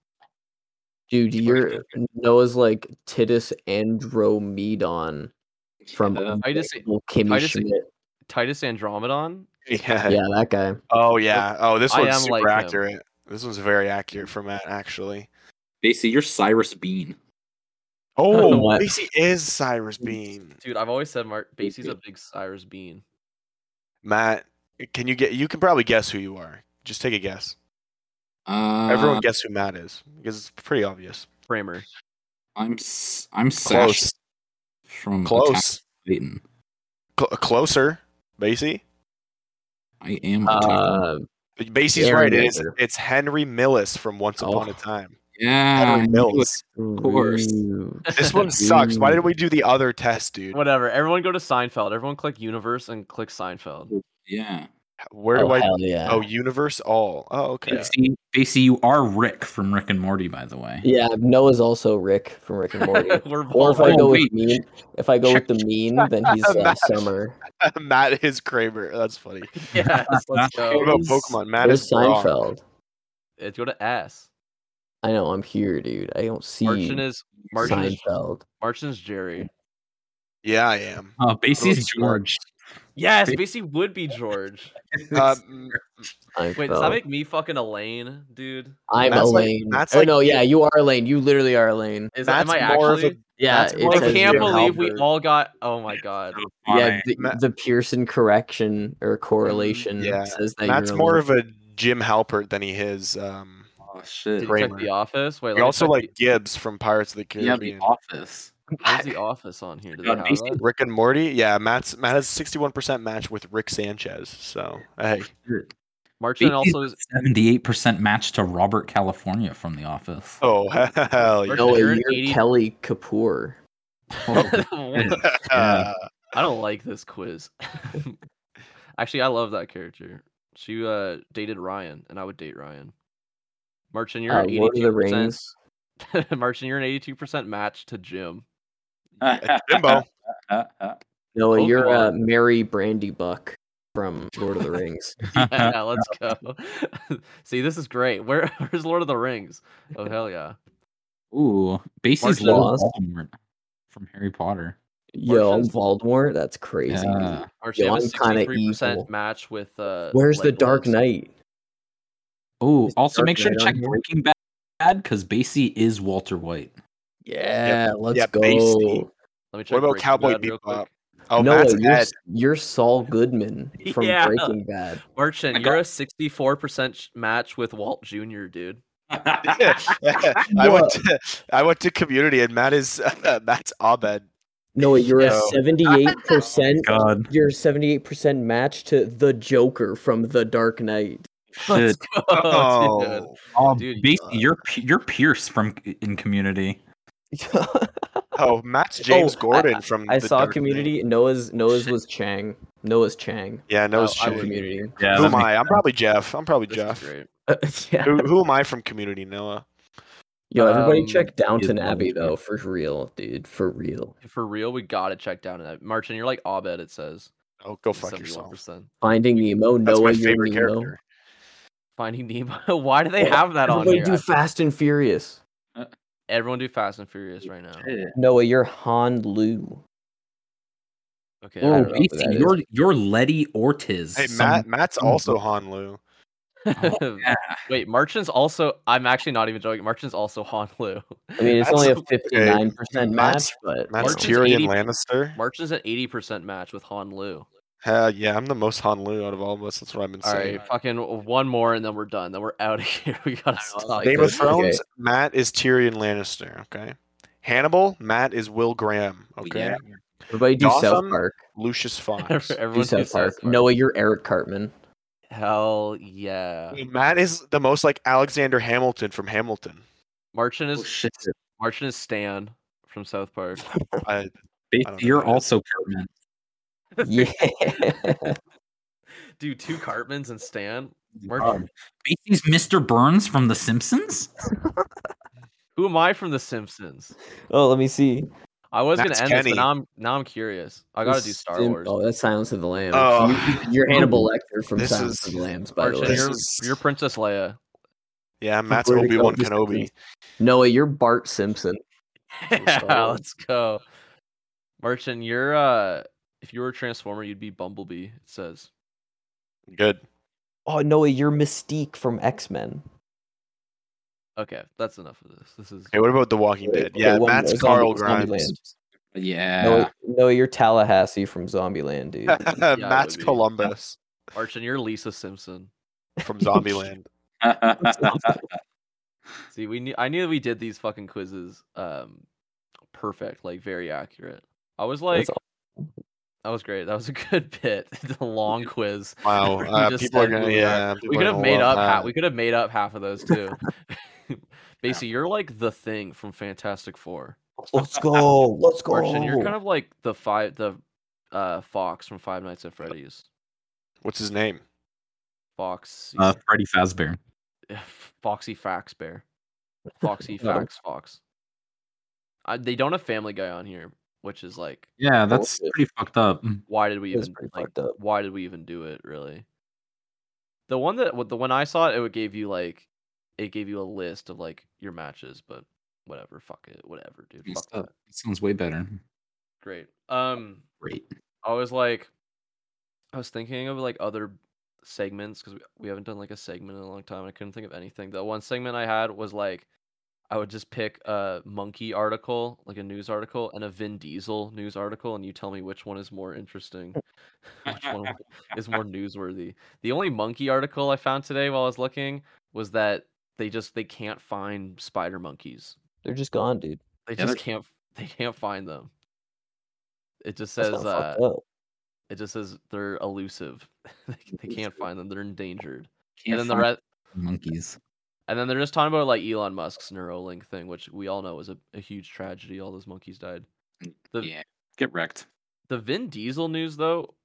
[SPEAKER 3] Dude,
[SPEAKER 2] Sure.
[SPEAKER 3] you're Noah's like Titus Andromedon from
[SPEAKER 5] Uh,
[SPEAKER 2] Titus-
[SPEAKER 3] Unbreakable Kimmy
[SPEAKER 2] Titus-
[SPEAKER 3] Schmidt.
[SPEAKER 2] Titus Andromedon?
[SPEAKER 4] Yeah.
[SPEAKER 3] Yeah, that guy.
[SPEAKER 4] Oh yeah. Oh, this
[SPEAKER 2] I
[SPEAKER 4] one's
[SPEAKER 2] am
[SPEAKER 4] super
[SPEAKER 2] like him.
[SPEAKER 4] accurate. This one's very accurate for Matt, actually.
[SPEAKER 5] Basically, you're Cyrus Bean.
[SPEAKER 4] Oh,
[SPEAKER 3] what?
[SPEAKER 4] Macy is Cyrus Bean.
[SPEAKER 2] Dude, I've always said Mark Basie's a big Cyrus Bean.
[SPEAKER 4] Matt, can you get? You can probably guess who you are. Just take a guess.
[SPEAKER 5] Uh,
[SPEAKER 4] Everyone guess who Matt is because it's pretty obvious.
[SPEAKER 2] Framer.
[SPEAKER 5] I'm s- I'm Sash
[SPEAKER 4] Close,
[SPEAKER 5] from Attack
[SPEAKER 4] close,
[SPEAKER 5] on Titan.
[SPEAKER 4] Cl- closer. Macy.
[SPEAKER 5] I am. Attack on-
[SPEAKER 3] Uh,
[SPEAKER 4] Macy's
[SPEAKER 3] Yeah,
[SPEAKER 4] right.
[SPEAKER 3] yeah,
[SPEAKER 4] It is.
[SPEAKER 3] yeah.
[SPEAKER 4] It's Henry Millis from Once
[SPEAKER 5] Oh.
[SPEAKER 4] Upon a Time.
[SPEAKER 5] yeah,
[SPEAKER 4] Henry
[SPEAKER 5] I knew it.
[SPEAKER 4] Mills.
[SPEAKER 3] of
[SPEAKER 5] course.
[SPEAKER 4] This one sucks. Why did we do the other test, dude?
[SPEAKER 2] Whatever. Everyone go to Seinfeld. Everyone click universe and click Seinfeld.
[SPEAKER 5] yeah.
[SPEAKER 4] Where do
[SPEAKER 3] Oh,
[SPEAKER 4] I?
[SPEAKER 3] hell yeah.
[SPEAKER 4] Oh, Universe All. Oh, okay.
[SPEAKER 5] Basie, Basie, you are Rick from Rick and Morty, by the way.
[SPEAKER 3] yeah, Noah's also Rick from Rick and Morty.
[SPEAKER 2] We're
[SPEAKER 3] Or if I
[SPEAKER 5] Oh,
[SPEAKER 3] go
[SPEAKER 5] wait.
[SPEAKER 3] with mean, if I go with the mean, then he's uh,
[SPEAKER 4] Matt.
[SPEAKER 3] Summer.
[SPEAKER 4] Matt is Kramer. That's funny.
[SPEAKER 2] yes, let's
[SPEAKER 4] What
[SPEAKER 2] go.
[SPEAKER 4] about
[SPEAKER 5] Is-
[SPEAKER 4] Pokemon? Matt
[SPEAKER 3] Where's
[SPEAKER 4] is Brock.
[SPEAKER 3] Seinfeld?
[SPEAKER 2] Let's go to S.
[SPEAKER 3] I know I'm here, dude. I don't see
[SPEAKER 2] Marchin is Marchin is,
[SPEAKER 3] Seinfeld.
[SPEAKER 2] Marchin is Jerry.
[SPEAKER 4] Yeah, I am.
[SPEAKER 5] Uh,
[SPEAKER 4] Little
[SPEAKER 5] Basie's George.
[SPEAKER 2] Yes, Basie would be George.
[SPEAKER 4] Um,
[SPEAKER 3] Seinfeld.
[SPEAKER 2] Wait, does that make me fucking Elaine, dude?
[SPEAKER 3] I'm
[SPEAKER 4] Matt's like-
[SPEAKER 3] Elaine.
[SPEAKER 4] Matt's
[SPEAKER 3] oh
[SPEAKER 4] like-
[SPEAKER 3] no, yeah, you are Elaine. You literally are Elaine.
[SPEAKER 2] Is that
[SPEAKER 4] Matt's
[SPEAKER 2] am I
[SPEAKER 4] more of
[SPEAKER 2] actually?
[SPEAKER 4] a
[SPEAKER 3] Yeah,
[SPEAKER 4] That's
[SPEAKER 3] it
[SPEAKER 4] more
[SPEAKER 2] I
[SPEAKER 4] of a
[SPEAKER 3] says
[SPEAKER 2] can't
[SPEAKER 3] you're
[SPEAKER 2] believe we
[SPEAKER 3] Halberd.
[SPEAKER 2] all got. Oh my god.
[SPEAKER 3] Yeah, the,
[SPEAKER 4] Matt-
[SPEAKER 3] the Pearson correction or correlation
[SPEAKER 4] Mm-hmm. yeah.
[SPEAKER 3] says that
[SPEAKER 4] Matt's
[SPEAKER 3] you're
[SPEAKER 4] more
[SPEAKER 3] Elaine.
[SPEAKER 4] of a Jim Halpert than he is. Um,
[SPEAKER 5] Oh
[SPEAKER 2] Did
[SPEAKER 5] shit.
[SPEAKER 2] you check
[SPEAKER 4] Kramer.
[SPEAKER 2] The Office? Wait,
[SPEAKER 4] he
[SPEAKER 2] let me
[SPEAKER 4] also
[SPEAKER 2] check
[SPEAKER 4] like Gibbs from Pirates of the
[SPEAKER 5] Yeah, the
[SPEAKER 4] Caribbean.
[SPEAKER 5] office.
[SPEAKER 2] the- where's The Office on here? Do they
[SPEAKER 5] Yeah,
[SPEAKER 2] have
[SPEAKER 5] Basie-
[SPEAKER 2] that?
[SPEAKER 4] Rick and Morty. Yeah, Matt's Matt has sixty-one percent match with Rick Sanchez. So hey,
[SPEAKER 2] Marchin also is.
[SPEAKER 5] seventy-eight percent match to Robert California from The Office.
[SPEAKER 4] oh hell yeah.
[SPEAKER 2] Rick-
[SPEAKER 3] No,
[SPEAKER 2] you're
[SPEAKER 3] you're
[SPEAKER 2] an 80
[SPEAKER 3] Kelly Kapoor.
[SPEAKER 4] Uh,
[SPEAKER 2] I don't like this quiz. Actually, I love that character. She uh dated Ryan, and I would date Ryan. Marchin, you're
[SPEAKER 3] Uh,
[SPEAKER 2] an
[SPEAKER 3] Lord of the
[SPEAKER 2] 82%.
[SPEAKER 3] Rings.
[SPEAKER 2] Marchin, you're an 82% match to Jim.
[SPEAKER 4] oh. Jimbo.
[SPEAKER 3] No,
[SPEAKER 2] Pokemon.
[SPEAKER 3] you're uh, Mary Brandy Buck from Lord of the Rings.
[SPEAKER 2] Yeah, let's go. See, this is great. Where, where's Lord of the Rings? Oh hell yeah.
[SPEAKER 5] Ooh, Basie's
[SPEAKER 3] Martian
[SPEAKER 5] Lord
[SPEAKER 3] Laws.
[SPEAKER 5] Voldemort from Harry Potter.
[SPEAKER 3] Yo, I'm
[SPEAKER 2] Martian's-
[SPEAKER 3] Voldemort. That's crazy.
[SPEAKER 5] Yeah.
[SPEAKER 2] Marchin,
[SPEAKER 3] Yo,
[SPEAKER 2] you have a
[SPEAKER 3] I'm kinda
[SPEAKER 2] 63%
[SPEAKER 3] evil.
[SPEAKER 2] match with uh
[SPEAKER 3] Where's the
[SPEAKER 2] Legolas.
[SPEAKER 3] Dark Knight?
[SPEAKER 5] Oh,
[SPEAKER 3] Is
[SPEAKER 5] also
[SPEAKER 3] Dark
[SPEAKER 5] make sure to
[SPEAKER 3] Knight on
[SPEAKER 5] check
[SPEAKER 3] here?
[SPEAKER 5] Breaking Bad because Basie is Walter White.
[SPEAKER 3] Yeah, let's
[SPEAKER 4] yeah,
[SPEAKER 3] go.
[SPEAKER 4] basically.
[SPEAKER 2] Let me check
[SPEAKER 4] about
[SPEAKER 2] Breaking
[SPEAKER 4] Cowboy
[SPEAKER 2] Bad real quick.
[SPEAKER 4] Bebop? Oh,
[SPEAKER 3] no,
[SPEAKER 4] Matt's
[SPEAKER 3] you're,
[SPEAKER 4] Ed.
[SPEAKER 3] you're Saul Goodman from
[SPEAKER 2] Yeah.
[SPEAKER 3] Breaking Bad.
[SPEAKER 5] I
[SPEAKER 2] Marchin,
[SPEAKER 5] got-
[SPEAKER 2] you're a 64% sh- match with Walt Jr., dude.
[SPEAKER 4] I went. To, I went to community, and Matt is Matt's Abed.
[SPEAKER 3] No, you're
[SPEAKER 4] Yo.
[SPEAKER 3] a seventy-eight percent.
[SPEAKER 5] God.
[SPEAKER 3] You're a seventy-eight percent match to the Joker from The Dark Knight.
[SPEAKER 5] Shit.
[SPEAKER 2] Oh, dude.
[SPEAKER 4] oh,
[SPEAKER 5] Oh,
[SPEAKER 2] dude,
[SPEAKER 5] Basie,
[SPEAKER 4] uh,
[SPEAKER 5] you're P- you're Pierce from in Community.
[SPEAKER 4] oh, Matt's James
[SPEAKER 3] I-
[SPEAKER 4] Gordon from.
[SPEAKER 3] I
[SPEAKER 4] The
[SPEAKER 3] saw
[SPEAKER 4] Dark Knight.
[SPEAKER 3] Community. Noah's Noah's was Chang. Noah's Chang.
[SPEAKER 4] Yeah, no, it's
[SPEAKER 2] Oh, I
[SPEAKER 4] Shane.
[SPEAKER 2] would-
[SPEAKER 3] Community.
[SPEAKER 5] Yeah,
[SPEAKER 4] Who am I? I'm probably Jeff. I'm probably
[SPEAKER 2] This is
[SPEAKER 4] Jeff.
[SPEAKER 2] great.
[SPEAKER 3] Uh, yeah.
[SPEAKER 4] Who, who am I from Community, Noah?
[SPEAKER 3] Yo, everybody
[SPEAKER 2] Um,
[SPEAKER 3] check Downton
[SPEAKER 5] yeah.
[SPEAKER 3] Abbey though, for real, dude, for real.
[SPEAKER 2] For real, we gotta check down to that. Marchin, you're like Abed, it says.
[SPEAKER 4] Oh, go
[SPEAKER 2] It's
[SPEAKER 4] fuck yourself.
[SPEAKER 2] 71%.
[SPEAKER 3] Finding Nemo,
[SPEAKER 4] That's
[SPEAKER 3] Noah,
[SPEAKER 4] my
[SPEAKER 3] you're
[SPEAKER 4] favorite
[SPEAKER 3] Nemo.
[SPEAKER 4] character.
[SPEAKER 2] Finding Nemo. Why do they have that on
[SPEAKER 3] Everybody
[SPEAKER 2] here?
[SPEAKER 3] do
[SPEAKER 2] I-
[SPEAKER 3] Fast and Furious.
[SPEAKER 2] Everyone do Fast and Furious right now.
[SPEAKER 3] Noah, you're Han Lu.
[SPEAKER 2] Okay.
[SPEAKER 3] Ooh,
[SPEAKER 2] I
[SPEAKER 5] Oh,
[SPEAKER 2] don't
[SPEAKER 3] know who that
[SPEAKER 5] Basie,
[SPEAKER 3] is.
[SPEAKER 5] you're you're Letty Ortiz.
[SPEAKER 4] Hey,
[SPEAKER 5] some-
[SPEAKER 4] Matt. Matt's also Hanlu.
[SPEAKER 2] know.
[SPEAKER 5] yeah.
[SPEAKER 2] Wait, Marchin's also. I'm actually not even joking. Marchin's also Han Lu.
[SPEAKER 3] I mean, it's
[SPEAKER 4] That's
[SPEAKER 3] only a
[SPEAKER 4] okay.
[SPEAKER 3] fifty-nine percent match,
[SPEAKER 4] Matt's-
[SPEAKER 3] but
[SPEAKER 4] Matt's
[SPEAKER 2] Martin's
[SPEAKER 4] Tyrion
[SPEAKER 2] 80
[SPEAKER 4] Lannister.
[SPEAKER 2] Marchin's an 80% match with Han Lu.
[SPEAKER 4] Hell yeah, I'm the most Hanlu out of all of us. That's what I've been
[SPEAKER 2] All
[SPEAKER 4] saying.
[SPEAKER 2] right, fucking one more and then we're done. Then we're out of here. We gotta
[SPEAKER 3] was
[SPEAKER 2] stop.
[SPEAKER 3] like,
[SPEAKER 4] Game of
[SPEAKER 3] this- okay.
[SPEAKER 4] Thrones. Matt is Tyrion Lannister. Okay. Hannibal. Matt is Will Graham. Okay.
[SPEAKER 5] yeah.
[SPEAKER 3] everybody do South
[SPEAKER 4] Gotham?
[SPEAKER 3] Park.
[SPEAKER 4] Lucius Fox.
[SPEAKER 3] Do
[SPEAKER 2] Everyone do
[SPEAKER 3] South Park.
[SPEAKER 2] South Park.
[SPEAKER 3] Noah, you're Eric Cartman.
[SPEAKER 2] Hell yeah.
[SPEAKER 4] Matt is the most like Alexander Hamilton from Hamilton.
[SPEAKER 2] Marchin
[SPEAKER 5] Oh,
[SPEAKER 2] is
[SPEAKER 5] shit.
[SPEAKER 2] Marchin is Stan from South Park.
[SPEAKER 4] I, know
[SPEAKER 5] Basie,
[SPEAKER 4] who
[SPEAKER 5] you're
[SPEAKER 4] that is.
[SPEAKER 5] also Cartman.
[SPEAKER 3] Yeah.
[SPEAKER 2] Dude, two Cartmans and Stan.
[SPEAKER 5] Um,
[SPEAKER 2] Marchin.
[SPEAKER 5] Basie's Mr. Burns from The Simpsons.
[SPEAKER 2] Who am I from The Simpsons?
[SPEAKER 3] oh, let me see.
[SPEAKER 2] I was
[SPEAKER 4] That's
[SPEAKER 2] gonna end this,
[SPEAKER 4] Kenny.
[SPEAKER 2] but now I'm now I'm curious. I gotta do Star
[SPEAKER 3] Sim-
[SPEAKER 2] Wars.
[SPEAKER 3] Oh, that's Silence of the Lambs.
[SPEAKER 4] Oh.
[SPEAKER 3] You- you're Hannibal Lecter from
[SPEAKER 4] This
[SPEAKER 3] Silence
[SPEAKER 4] is-
[SPEAKER 3] of the Lambs, by the
[SPEAKER 2] Marchin,
[SPEAKER 3] way.
[SPEAKER 4] This
[SPEAKER 2] you're,
[SPEAKER 4] is-
[SPEAKER 2] you're Princess Leia.
[SPEAKER 4] yeah, Matt's
[SPEAKER 3] Where to
[SPEAKER 4] Obi
[SPEAKER 3] go
[SPEAKER 4] Wan
[SPEAKER 3] with this
[SPEAKER 4] Kenobi.
[SPEAKER 3] sentence? Noah, you're Bart Simpson. Star
[SPEAKER 2] Yeah,
[SPEAKER 3] Wars.
[SPEAKER 2] let's go. Marchin, you're uh if you were a Transformer, you'd be Bumblebee, it says.
[SPEAKER 4] Good.
[SPEAKER 3] Oh, Noah, you're Mystique from X Men.
[SPEAKER 2] Okay, that's enough of this. This is
[SPEAKER 4] Hey, what about The Walking
[SPEAKER 3] Wait,
[SPEAKER 4] Dead?
[SPEAKER 3] okay,
[SPEAKER 4] Yeah,
[SPEAKER 3] one-
[SPEAKER 4] Matt's
[SPEAKER 3] it's
[SPEAKER 4] Carl
[SPEAKER 3] Zombie- Zombieland.
[SPEAKER 4] Grimes.
[SPEAKER 5] Yeah.
[SPEAKER 3] No, no, you're Tallahassee from Zombieland, dude.
[SPEAKER 2] it
[SPEAKER 4] Matt's
[SPEAKER 2] would be.
[SPEAKER 4] Columbus
[SPEAKER 2] Arch and you're Lisa Simpson.
[SPEAKER 4] from Zombieland.
[SPEAKER 2] See, we knew I knew we did these fucking quizzes um perfect, like very accurate. I was like
[SPEAKER 3] That's all.
[SPEAKER 2] that was great. That was a good bit. the long quiz.
[SPEAKER 4] Wow,
[SPEAKER 2] You
[SPEAKER 4] uh,
[SPEAKER 2] just
[SPEAKER 4] people are
[SPEAKER 2] said
[SPEAKER 4] gonna.
[SPEAKER 2] we were-
[SPEAKER 4] Yeah,
[SPEAKER 2] We could have made up half, we could have made up half of those too. Basically, you're like the thing from Fantastic Four.
[SPEAKER 3] Let's go. Let's go.
[SPEAKER 2] Arch, and you're kind of like the five the uh Fox from Five Nights at Freddy's.
[SPEAKER 4] What's his name?
[SPEAKER 2] Fox
[SPEAKER 5] uh, Freddy Fazbear.
[SPEAKER 2] Foxy Fax Bear. Foxy
[SPEAKER 3] No.
[SPEAKER 2] Fax Fox. I, they don't have Family Guy on here, which is like,
[SPEAKER 5] Yeah, that's
[SPEAKER 3] Bullshit.
[SPEAKER 5] pretty fucked up.
[SPEAKER 2] why did we
[SPEAKER 3] That's
[SPEAKER 2] even
[SPEAKER 3] pretty
[SPEAKER 2] like,
[SPEAKER 3] fucked up.
[SPEAKER 2] why did we even do it really? The one that what- the when I saw it, it would gave you like it gave you a list of like your matches, but whatever, fuck it, whatever, dude. Fuck
[SPEAKER 5] Messed up.
[SPEAKER 2] that.
[SPEAKER 5] That sounds way better.
[SPEAKER 2] Great. Um,
[SPEAKER 5] Great.
[SPEAKER 2] I was like, I was thinking of like other segments because we, we haven't done like a segment in a long time. I couldn't think of anything. The one segment I had was like, I would just pick a monkey article, like a news article, and a Vin Diesel news article, and you tell me which one is more interesting, which one is more newsworthy. The only monkey article I found today while I was looking was that they just they can't find spider monkeys.
[SPEAKER 3] They're just gone, dude.
[SPEAKER 2] They
[SPEAKER 5] Yeah,
[SPEAKER 2] just
[SPEAKER 5] they're-
[SPEAKER 2] can't they can't find them. It just
[SPEAKER 3] That's
[SPEAKER 2] says
[SPEAKER 3] not
[SPEAKER 2] uh,
[SPEAKER 3] fucked up.
[SPEAKER 2] it just says they're elusive. they, they can't find them. They're endangered. and
[SPEAKER 5] Can't
[SPEAKER 2] then the
[SPEAKER 5] find
[SPEAKER 2] rest,
[SPEAKER 5] monkeys.
[SPEAKER 2] and then they're just talking about like Elon Musk's Neuralink thing, which we all know is a, a huge tragedy. All those monkeys died. The-
[SPEAKER 5] yeah, get wrecked.
[SPEAKER 2] The Vin Diesel news though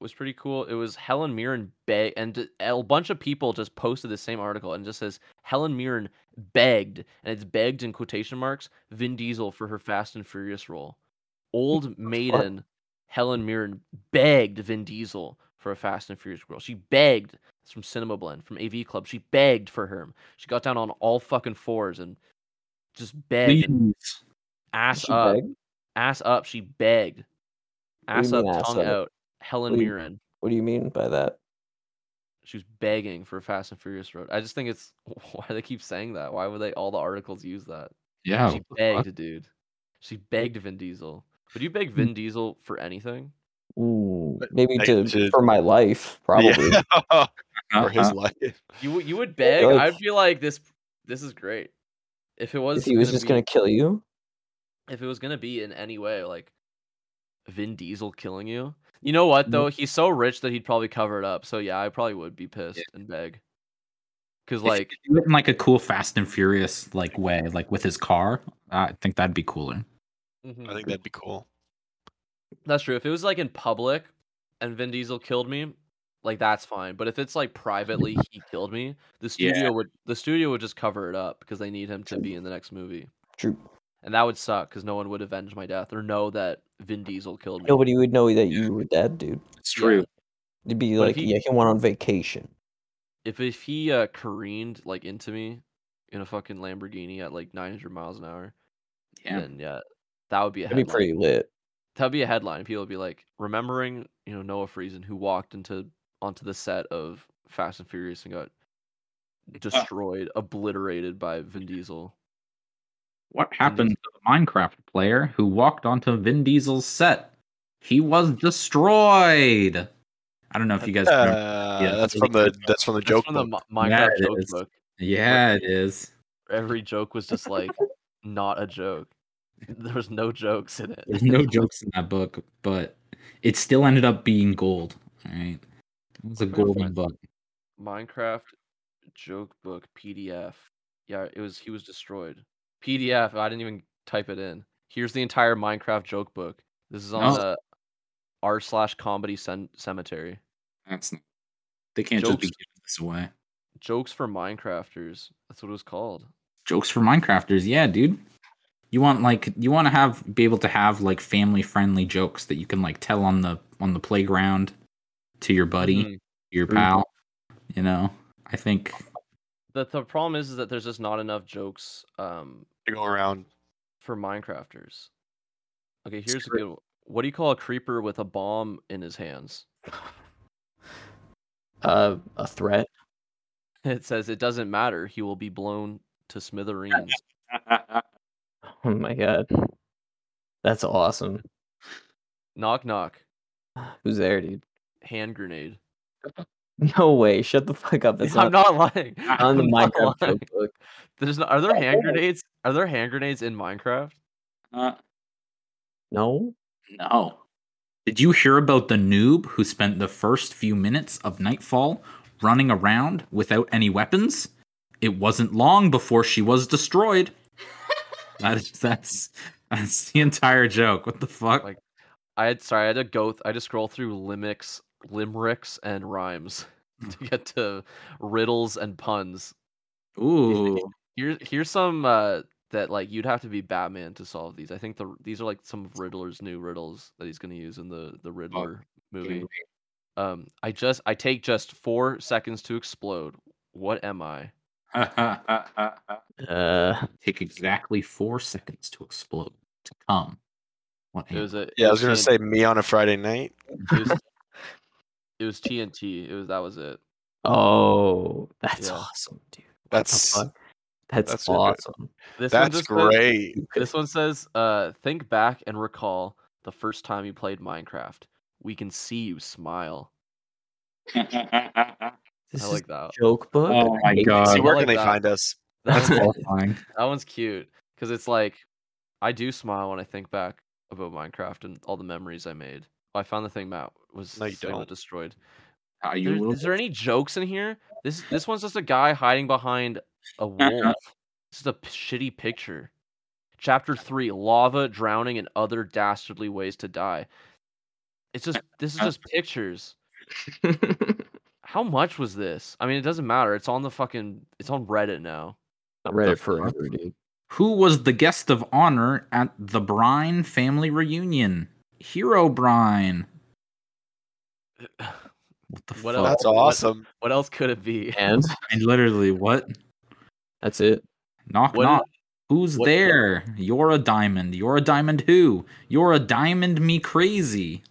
[SPEAKER 2] was pretty cool. It was Helen Mirren beg and d- a bunch of people just posted the same article and it just says Helen Mirren begged and it's begged in quotation marks Vin Diesel for her Fast and Furious role. Old maiden Helen Mirren begged Vin Diesel for a Fast and Furious role. She begged. It's from Cinema Blend, from AV Club. She begged for him. She got down on all fucking fours and just begged, and
[SPEAKER 5] Please.
[SPEAKER 2] ass
[SPEAKER 3] She
[SPEAKER 2] up
[SPEAKER 3] begged?
[SPEAKER 2] ass up. She begged.
[SPEAKER 3] What do you
[SPEAKER 2] Ass up,
[SPEAKER 3] mean ass
[SPEAKER 2] tongue
[SPEAKER 3] up?
[SPEAKER 2] out. Helen
[SPEAKER 3] What do you-
[SPEAKER 2] Mirren.
[SPEAKER 3] What do you mean by that?
[SPEAKER 2] She was begging for Fast and Furious Road. I just think it's why they keep saying that. Why would they all the articles use that?
[SPEAKER 3] Oh,
[SPEAKER 5] Yeah.
[SPEAKER 2] she
[SPEAKER 5] what the fuck?
[SPEAKER 2] begged, dude. She begged Vin Diesel. Would you beg
[SPEAKER 3] Mm.
[SPEAKER 2] Vin Diesel for anything?
[SPEAKER 3] Ooh,
[SPEAKER 4] But
[SPEAKER 3] maybe
[SPEAKER 4] I-
[SPEAKER 3] to,
[SPEAKER 4] to-
[SPEAKER 3] for my life, probably.
[SPEAKER 4] Yeah.
[SPEAKER 5] Uh,
[SPEAKER 4] for his
[SPEAKER 5] uh,
[SPEAKER 4] life.
[SPEAKER 2] You would you would beg.
[SPEAKER 3] like-
[SPEAKER 2] I'd be like this. This is great. If it was,
[SPEAKER 3] if he was just gonna
[SPEAKER 2] be-
[SPEAKER 3] kill you,
[SPEAKER 2] if it was gonna be in any way like Vin Diesel killing you. You know what though? He's so rich that he'd probably cover it up. So yeah, I probably would be pissed and beg. Cause
[SPEAKER 5] if he
[SPEAKER 2] like
[SPEAKER 5] could do it in like a cool Fast and Furious like way, like with his car. I think that'd be cooler.
[SPEAKER 2] mhm,
[SPEAKER 4] I think that'd be cool.
[SPEAKER 2] that's true. If it was like in public and Vin Diesel killed me, like that's fine. But if it's like privately he killed me, the
[SPEAKER 5] Yeah.
[SPEAKER 2] studio would the studio would just cover it up because they need him to be in the next movie.
[SPEAKER 3] true.
[SPEAKER 2] And that would suck because no one would avenge my death or know that Vin Diesel killed me.
[SPEAKER 3] Nobody would know that
[SPEAKER 5] Yeah.
[SPEAKER 3] you were dead, dude.
[SPEAKER 5] It's
[SPEAKER 2] Yeah. true.
[SPEAKER 3] It'd be
[SPEAKER 2] But
[SPEAKER 3] like,
[SPEAKER 2] if he-
[SPEAKER 3] yeah, he went on vacation.
[SPEAKER 2] if if he uh, careened like into me in a fucking Lamborghini at like 900 miles an hour,
[SPEAKER 5] Yeah.
[SPEAKER 2] then yeah, that would be a
[SPEAKER 3] That'd
[SPEAKER 2] headline.
[SPEAKER 3] be pretty lit.
[SPEAKER 2] That'd be a headline. People would be like, remembering you know Noah Friesen who walked into onto the set of Fast and Furious and got destroyed, obliterated by Vin Diesel.
[SPEAKER 5] What happened to the Minecraft player who walked onto Vin Diesel's set? He was destroyed. I don't know if you guys. remember.
[SPEAKER 4] Uh,
[SPEAKER 5] yeah,
[SPEAKER 4] that's
[SPEAKER 5] that's
[SPEAKER 4] from the
[SPEAKER 5] really-
[SPEAKER 4] that's from the
[SPEAKER 2] That's
[SPEAKER 4] joke.
[SPEAKER 2] from the
[SPEAKER 4] book.
[SPEAKER 2] Mi- Minecraft
[SPEAKER 5] Yeah, it
[SPEAKER 2] joke
[SPEAKER 5] is.
[SPEAKER 2] book.
[SPEAKER 5] Yeah, it is.
[SPEAKER 2] Every joke was just like not a joke. There was no jokes in it.
[SPEAKER 5] There's no jokes in that book, but it still ended up being gold. All right, it was a
[SPEAKER 2] Fair
[SPEAKER 5] golden
[SPEAKER 2] fight.
[SPEAKER 5] book.
[SPEAKER 2] Minecraft joke book PDF. Yeah, it was he was destroyed. PDF. I didn't even type it in. Here's the entire Minecraft joke book. This is on
[SPEAKER 5] No.
[SPEAKER 2] the r slash comedy cen- cemetery.
[SPEAKER 5] That's not, they can't just be
[SPEAKER 2] Jokes.
[SPEAKER 5] giving this away.
[SPEAKER 2] Jokes for Minecrafters. That's what it was called.
[SPEAKER 5] Jokes for Minecrafters, yeah, dude. You want like you want to have be able to have like family friendly jokes that you can like tell on the on the playground to your buddy,
[SPEAKER 2] Mhm.
[SPEAKER 5] your
[SPEAKER 3] Mhm.
[SPEAKER 5] pal. You know, I think
[SPEAKER 2] The the problem is, is that there's just not enough jokes um
[SPEAKER 4] To go around.
[SPEAKER 2] for Minecrafters. Okay,
[SPEAKER 5] It's
[SPEAKER 2] here's a
[SPEAKER 5] true.
[SPEAKER 2] good one. What do you call a creeper with a bomb in his hands?
[SPEAKER 3] Uh, a threat.
[SPEAKER 2] It says it doesn't matter. He will be blown to smithereens.
[SPEAKER 3] Oh my god. That's awesome.
[SPEAKER 2] knock knock.
[SPEAKER 3] Who's there, dude?
[SPEAKER 2] Hand grenade.
[SPEAKER 3] No way. Shut the fuck up. That's
[SPEAKER 2] I'm
[SPEAKER 3] not,
[SPEAKER 2] not lying.
[SPEAKER 3] on the
[SPEAKER 2] I'm not
[SPEAKER 3] Minecraft
[SPEAKER 2] lying.
[SPEAKER 3] joke book.
[SPEAKER 2] There's not, are there hand
[SPEAKER 5] Yeah.
[SPEAKER 2] grenades? Are there hand grenades in Minecraft?
[SPEAKER 5] Uh,
[SPEAKER 3] No?
[SPEAKER 5] no. Did you hear about the noob who spent the first few minutes of Nightfall running around without any weapons? It wasn't long before she was destroyed. that is, that's that's the entire joke. What the fuck?
[SPEAKER 2] Like- I had sorry, I had to go. Th- I had to scroll through limericks, limericks, and rhymes to get to riddles and puns.
[SPEAKER 5] Ooh,
[SPEAKER 2] Here's here's some uh, that like you'd have to be Batman to solve these. I think the these are like some of Riddler's new riddles that he's gonna use in the the Riddler movie. Um, I just I take just four seconds to explode. What am I?
[SPEAKER 3] Uh
[SPEAKER 5] take exactly four seconds to explode to come. What?
[SPEAKER 2] It was a
[SPEAKER 4] Yeah,
[SPEAKER 2] it
[SPEAKER 4] I was gonna
[SPEAKER 2] TN
[SPEAKER 4] say me on a Friday night.
[SPEAKER 2] it was, it was TNT. It was that was it.
[SPEAKER 3] oh that's
[SPEAKER 2] Yeah.
[SPEAKER 3] awesome, dude. What the
[SPEAKER 4] That's
[SPEAKER 3] fuck? That's,
[SPEAKER 4] that's really good.
[SPEAKER 3] awesome.
[SPEAKER 2] This one
[SPEAKER 4] that's
[SPEAKER 2] just says-
[SPEAKER 4] great.
[SPEAKER 2] This one says, uh, think back and recall the first time you played Minecraft. We can see you smile.
[SPEAKER 3] This
[SPEAKER 2] I
[SPEAKER 3] is
[SPEAKER 2] like that.
[SPEAKER 3] joke book.
[SPEAKER 5] Oh
[SPEAKER 3] I
[SPEAKER 5] my
[SPEAKER 3] hate
[SPEAKER 5] God.
[SPEAKER 3] this
[SPEAKER 4] See, where
[SPEAKER 2] I like
[SPEAKER 4] can they
[SPEAKER 2] that.
[SPEAKER 4] find us?
[SPEAKER 5] That's
[SPEAKER 2] That, one,
[SPEAKER 5] horrifying.
[SPEAKER 2] that one's cute because it's like, I do smile when I think back about Minecraft and all the memories I made. I found the thing Matt was
[SPEAKER 4] No, you
[SPEAKER 2] the thing that
[SPEAKER 4] don't.
[SPEAKER 2] destroyed.
[SPEAKER 5] Are
[SPEAKER 2] There-
[SPEAKER 5] you?
[SPEAKER 2] is there any jokes in here? This this one's just a guy hiding behind a wolf. this is a p- shitty picture. Chapter three: lava, drowning, and other dastardly ways to die. It's just this is just pictures. How much was this? I mean, it doesn't matter. It's on the fucking. It's on Reddit now.
[SPEAKER 3] I read
[SPEAKER 5] The
[SPEAKER 3] it forever,
[SPEAKER 5] fuck?
[SPEAKER 3] dude.
[SPEAKER 5] Who was the guest of honor at the Brine family reunion? Hero Brine. What the
[SPEAKER 2] What
[SPEAKER 5] fuck?
[SPEAKER 2] else?
[SPEAKER 4] That's
[SPEAKER 2] what-
[SPEAKER 4] awesome.
[SPEAKER 2] What else could it be?
[SPEAKER 3] And
[SPEAKER 5] I literally what?
[SPEAKER 3] that's it.
[SPEAKER 5] Knock
[SPEAKER 2] What-
[SPEAKER 5] knock. Who's
[SPEAKER 2] what-
[SPEAKER 5] there? You're a diamond. You're a diamond who? You're a diamond me crazy.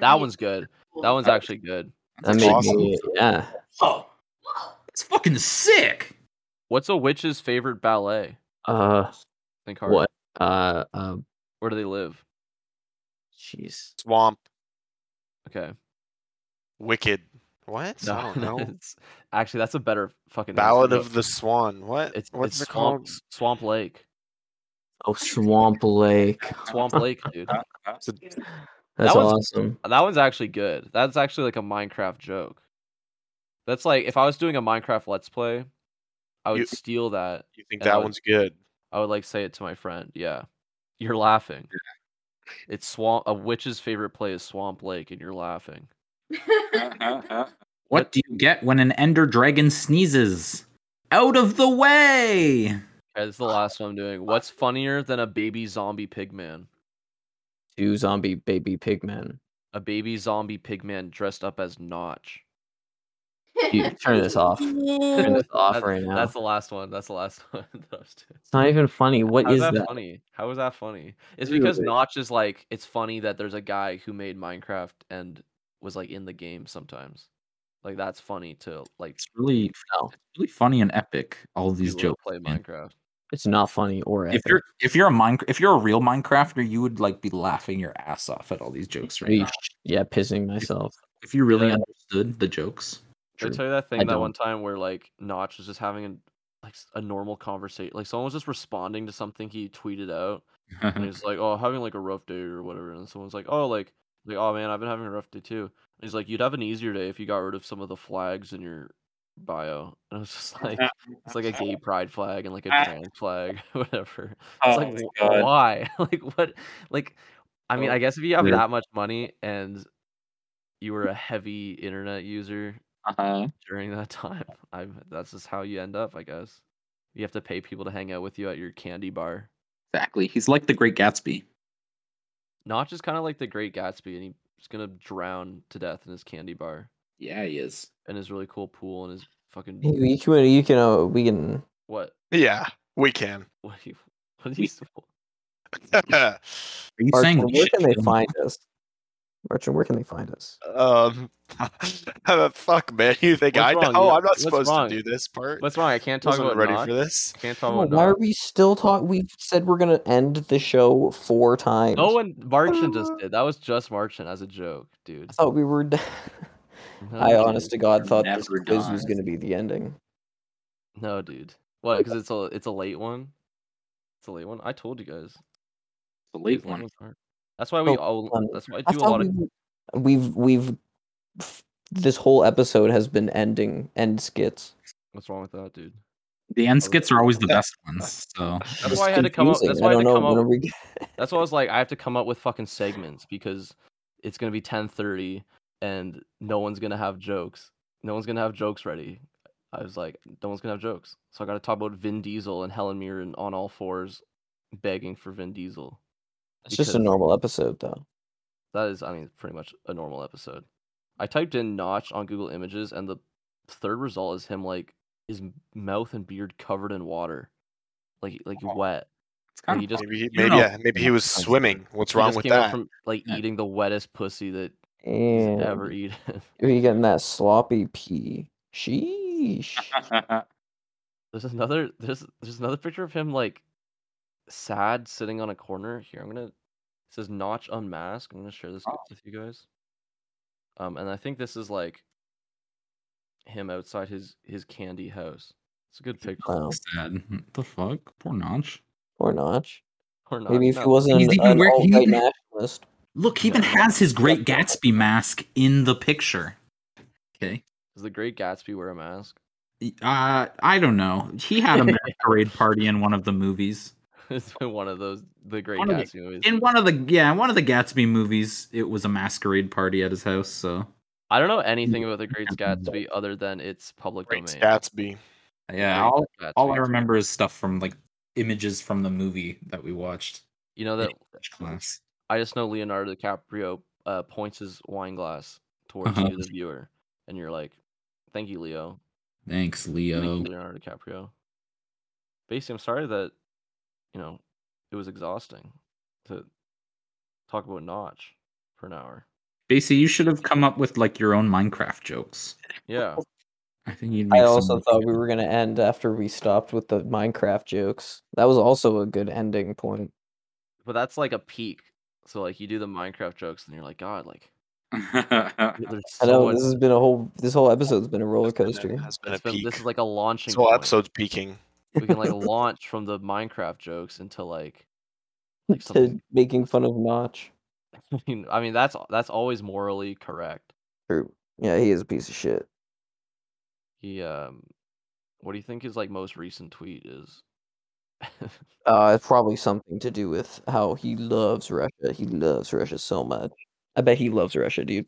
[SPEAKER 2] That one's good. That one's actually good.
[SPEAKER 3] That
[SPEAKER 5] That's
[SPEAKER 3] made
[SPEAKER 4] awesome.
[SPEAKER 3] me yeah.
[SPEAKER 5] Oh, that's fucking sick.
[SPEAKER 2] What's a witch's favorite ballet?
[SPEAKER 3] Uh
[SPEAKER 2] Think hard.
[SPEAKER 3] what? Uh um
[SPEAKER 2] Where do they live?
[SPEAKER 3] jeez.
[SPEAKER 4] Swamp.
[SPEAKER 2] Okay.
[SPEAKER 4] Wicked. What? I don't know.
[SPEAKER 2] it's- actually, that's a better fucking name.
[SPEAKER 4] Ballad
[SPEAKER 2] Look,
[SPEAKER 4] of the Swan. What?
[SPEAKER 2] It's
[SPEAKER 4] What's
[SPEAKER 2] it's
[SPEAKER 4] it called?
[SPEAKER 2] swamp, swamp Lake.
[SPEAKER 3] Oh Swamp Lake.
[SPEAKER 2] Swamp Lake, dude.
[SPEAKER 4] It's a-
[SPEAKER 3] That's
[SPEAKER 2] one's-
[SPEAKER 3] awesome.
[SPEAKER 2] That one's actually good. That's actually like a Minecraft joke. That's like if I was doing a Minecraft Let's Play, I would
[SPEAKER 4] You-
[SPEAKER 2] steal that.
[SPEAKER 4] you think
[SPEAKER 2] And I
[SPEAKER 4] that
[SPEAKER 2] was-
[SPEAKER 4] one's good?
[SPEAKER 2] I would like say it to my friend. Yeah, you're laughing. It's swamp. A witch's favorite play is Swamp Lake, and you're laughing.
[SPEAKER 5] What do you get when an ender dragon sneezes? Out of the way.
[SPEAKER 2] Okay, this is the last one I'm doing. What's funnier than a baby zombie pigman?
[SPEAKER 3] Two zombie baby pigmen.
[SPEAKER 2] A baby zombie pigman dressed up as Notch.
[SPEAKER 3] You turn this off. Turn this off
[SPEAKER 2] That's-
[SPEAKER 3] right now.
[SPEAKER 2] That's the last one. That's the last one. that I was doing.
[SPEAKER 3] It's not even funny. What
[SPEAKER 2] How
[SPEAKER 3] is
[SPEAKER 2] that,
[SPEAKER 3] that?
[SPEAKER 2] funny? How is that funny? It's because
[SPEAKER 3] Dude.
[SPEAKER 2] Notch is like it's funny that there's a guy who made Minecraft and was like in the game sometimes. Like that's funny to like
[SPEAKER 5] It's really,
[SPEAKER 3] No.
[SPEAKER 5] it's really funny and epic. All these
[SPEAKER 2] people who
[SPEAKER 5] jokes.
[SPEAKER 2] play
[SPEAKER 5] man.
[SPEAKER 2] Minecraft.
[SPEAKER 3] It's not funny or
[SPEAKER 5] If
[SPEAKER 3] epic.
[SPEAKER 5] you're if you're a mine if you're a real Minecrafter, you would like be laughing your ass off at all these jokes right now.
[SPEAKER 3] Eesh. yeah, pissing myself.
[SPEAKER 5] If you really
[SPEAKER 2] Yeah.
[SPEAKER 5] understood the jokes.
[SPEAKER 2] Did I
[SPEAKER 3] True.
[SPEAKER 2] tell you that thing
[SPEAKER 3] I
[SPEAKER 2] that one time where like Notch was just having an like s- a normal conversation, like someone was just responding to something he tweeted out, and he's like, "Oh, having like a rough day or whatever," and someone's like, "Oh, like, like, oh man, I've been having a rough day too." And he's like, "You'd have an easier day if you got rid of some of the flags in your bio." And I was just like, "It's like a gay pride flag and like a trans flag, whatever."
[SPEAKER 5] Oh
[SPEAKER 2] It's like, wh- why? like, what? Like, I mean,
[SPEAKER 5] Oh,
[SPEAKER 2] I guess if you have
[SPEAKER 5] weird.
[SPEAKER 2] that much money and you were a heavy internet user during that time, I that's just how you end up, I guess. You have to pay people to hang out with you at your candy bar.
[SPEAKER 5] Exactly. He's like the Great Gatsby.
[SPEAKER 2] Notch is kind of like the Great Gatsby, and he's gonna drown to death in his candy bar
[SPEAKER 5] Yeah, he is.
[SPEAKER 2] and his really cool pool and his fucking
[SPEAKER 3] You, you can you can uh, we can
[SPEAKER 2] what?
[SPEAKER 4] Yeah, we can.
[SPEAKER 2] What do you? What do you?
[SPEAKER 5] Are you
[SPEAKER 3] Arch,
[SPEAKER 5] saying
[SPEAKER 3] where can they find us? Merchant, where can they find us?
[SPEAKER 4] Um, uh, fuck, man. You think
[SPEAKER 2] What's
[SPEAKER 4] I
[SPEAKER 2] wrong?
[SPEAKER 4] know?
[SPEAKER 2] You-
[SPEAKER 4] I'm not
[SPEAKER 2] what's
[SPEAKER 4] supposed
[SPEAKER 2] wrong?
[SPEAKER 4] to do this part.
[SPEAKER 2] What's wrong? I can't talk
[SPEAKER 4] Wasn't
[SPEAKER 2] about
[SPEAKER 4] ready
[SPEAKER 2] not.
[SPEAKER 4] for this.
[SPEAKER 2] Can't talk about
[SPEAKER 3] why are
[SPEAKER 2] not.
[SPEAKER 3] we still talking? We said we're gonna end the show four times.
[SPEAKER 2] No one Marchin just did. That was just Marchin as a joke, dude.
[SPEAKER 3] I thought we were. d-
[SPEAKER 2] No,
[SPEAKER 3] I
[SPEAKER 2] dude.
[SPEAKER 3] honest to God thought this
[SPEAKER 5] Never
[SPEAKER 3] quiz was
[SPEAKER 5] dies.
[SPEAKER 3] gonna be the ending.
[SPEAKER 2] No, dude. What? Because it's a it's a late one. It's a late one. I told you guys.
[SPEAKER 5] The late
[SPEAKER 2] Late
[SPEAKER 5] one.
[SPEAKER 2] ones aren't- That's why we
[SPEAKER 3] Oh,
[SPEAKER 2] all.
[SPEAKER 3] um,
[SPEAKER 2] That's why I
[SPEAKER 3] I
[SPEAKER 2] do a lot
[SPEAKER 3] thought
[SPEAKER 2] of.
[SPEAKER 3] we, we've we've f- this whole episode has been ending end skits.
[SPEAKER 2] What's wrong with that, dude?
[SPEAKER 5] The end skits are always the best ones. So
[SPEAKER 2] That's why I had to come up.
[SPEAKER 3] Confusing.
[SPEAKER 2] That's why I had
[SPEAKER 3] don't
[SPEAKER 2] to
[SPEAKER 3] know
[SPEAKER 2] come
[SPEAKER 3] when
[SPEAKER 2] up.
[SPEAKER 3] are we-
[SPEAKER 2] That's why I was like, I have to come up with fucking segments because it's gonna be ten thirty and no one's gonna have jokes. No one's gonna have jokes ready. I was like, no one's gonna have jokes. So I gotta talk about Vin Diesel and Helen Mirren on all fours begging for Vin Diesel.
[SPEAKER 3] It's just a
[SPEAKER 2] because-
[SPEAKER 3] normal episode though.
[SPEAKER 2] That is, I mean, pretty much a normal episode. I typed in Notch on Google Images, and the third result is him like his m- mouth and beard covered in water, like like
[SPEAKER 5] Wow.
[SPEAKER 2] wet.
[SPEAKER 5] it's
[SPEAKER 2] Like,
[SPEAKER 5] kind
[SPEAKER 2] he
[SPEAKER 5] of
[SPEAKER 2] just
[SPEAKER 4] Maybe, he-
[SPEAKER 5] You
[SPEAKER 4] maybe,
[SPEAKER 5] know-
[SPEAKER 4] yeah, maybe he was
[SPEAKER 5] Sounds
[SPEAKER 4] swimming. What's
[SPEAKER 2] he
[SPEAKER 4] wrong
[SPEAKER 2] just
[SPEAKER 4] with
[SPEAKER 2] came up
[SPEAKER 4] that?
[SPEAKER 2] from like
[SPEAKER 5] Yeah.
[SPEAKER 2] eating the wettest pussy that he's
[SPEAKER 3] And
[SPEAKER 2] ever eaten.
[SPEAKER 3] you getting that sloppy pee? Sheesh.
[SPEAKER 2] there's another there's there's another picture of him like sad sitting on a corner. Here, I'm gonna it says Notch unmasked. I'm gonna share this
[SPEAKER 5] Oh.
[SPEAKER 2] with you guys. Um, and I think this is like him outside his his candy house. It's a good picture.
[SPEAKER 3] Wow.
[SPEAKER 5] sad. What the fuck? Poor Notch.
[SPEAKER 3] Or notch.
[SPEAKER 2] Or not.
[SPEAKER 3] Maybe if he
[SPEAKER 2] no.
[SPEAKER 3] wasn't
[SPEAKER 5] He's
[SPEAKER 3] an,
[SPEAKER 5] even
[SPEAKER 3] an
[SPEAKER 5] wear- he
[SPEAKER 3] alt-right
[SPEAKER 5] even-
[SPEAKER 3] nationalist.
[SPEAKER 5] Look, he even has his Great Gatsby mask in the picture. Okay.
[SPEAKER 2] Does the Great Gatsby wear a mask?
[SPEAKER 5] Uh, I don't know. He had a masquerade party in one of the movies.
[SPEAKER 2] it's been one of those the Great
[SPEAKER 5] One of the-
[SPEAKER 2] Gatsby movies.
[SPEAKER 5] In one of the yeah, in one of the Gatsby movies, it was a masquerade party at his house. So
[SPEAKER 2] I don't know anything about the Great
[SPEAKER 5] Gatsby.
[SPEAKER 2] Gatsby other than it's public
[SPEAKER 4] Great
[SPEAKER 2] domain.
[SPEAKER 4] Gatsby.
[SPEAKER 5] yeah,
[SPEAKER 2] Great
[SPEAKER 5] all, all I
[SPEAKER 2] Gatsby.
[SPEAKER 5] remember is stuff from like images from the movie that we watched.
[SPEAKER 2] You know that
[SPEAKER 5] Class.
[SPEAKER 2] I just know Leonardo DiCaprio uh, points his wine glass towards
[SPEAKER 5] Uh-huh.
[SPEAKER 2] you, the viewer, and you're like, "Thank you, Leo.
[SPEAKER 5] Thanks,
[SPEAKER 2] Thank you,
[SPEAKER 5] Leo.
[SPEAKER 2] Leonardo DiCaprio." Basically, I'm sorry that you know it was exhausting to talk about Notch for an hour.
[SPEAKER 5] Basie, you should have come up with like your own Minecraft jokes.
[SPEAKER 2] Yeah,
[SPEAKER 5] I think you'd. Make
[SPEAKER 3] I
[SPEAKER 5] some
[SPEAKER 3] also
[SPEAKER 5] more
[SPEAKER 3] thought
[SPEAKER 5] sense.
[SPEAKER 3] we were gonna end after we stopped with the Minecraft jokes. That was also a good ending point.
[SPEAKER 2] but that's like a peak. So like you do the Minecraft jokes, and you're like, "God, like there's
[SPEAKER 3] I
[SPEAKER 2] so
[SPEAKER 3] know
[SPEAKER 2] much."
[SPEAKER 3] this has been a whole this whole episode's been a roller coaster.
[SPEAKER 4] Has been a
[SPEAKER 2] it's been-
[SPEAKER 4] peak.
[SPEAKER 2] this is like a launching.
[SPEAKER 4] This whole
[SPEAKER 2] point.
[SPEAKER 4] episode's peaking.
[SPEAKER 2] We can like launch from the Minecraft jokes into like like
[SPEAKER 3] to
[SPEAKER 2] something.
[SPEAKER 3] making fun of Notch.
[SPEAKER 2] I mean, I mean that's that's always morally correct.
[SPEAKER 3] True. Yeah, he is a piece of shit.
[SPEAKER 2] He um, what do you think his like most recent tweet is?
[SPEAKER 3] Uh, it's probably something to do with how he loves Russia. He loves Russia so much. I bet he loves Russia, dude.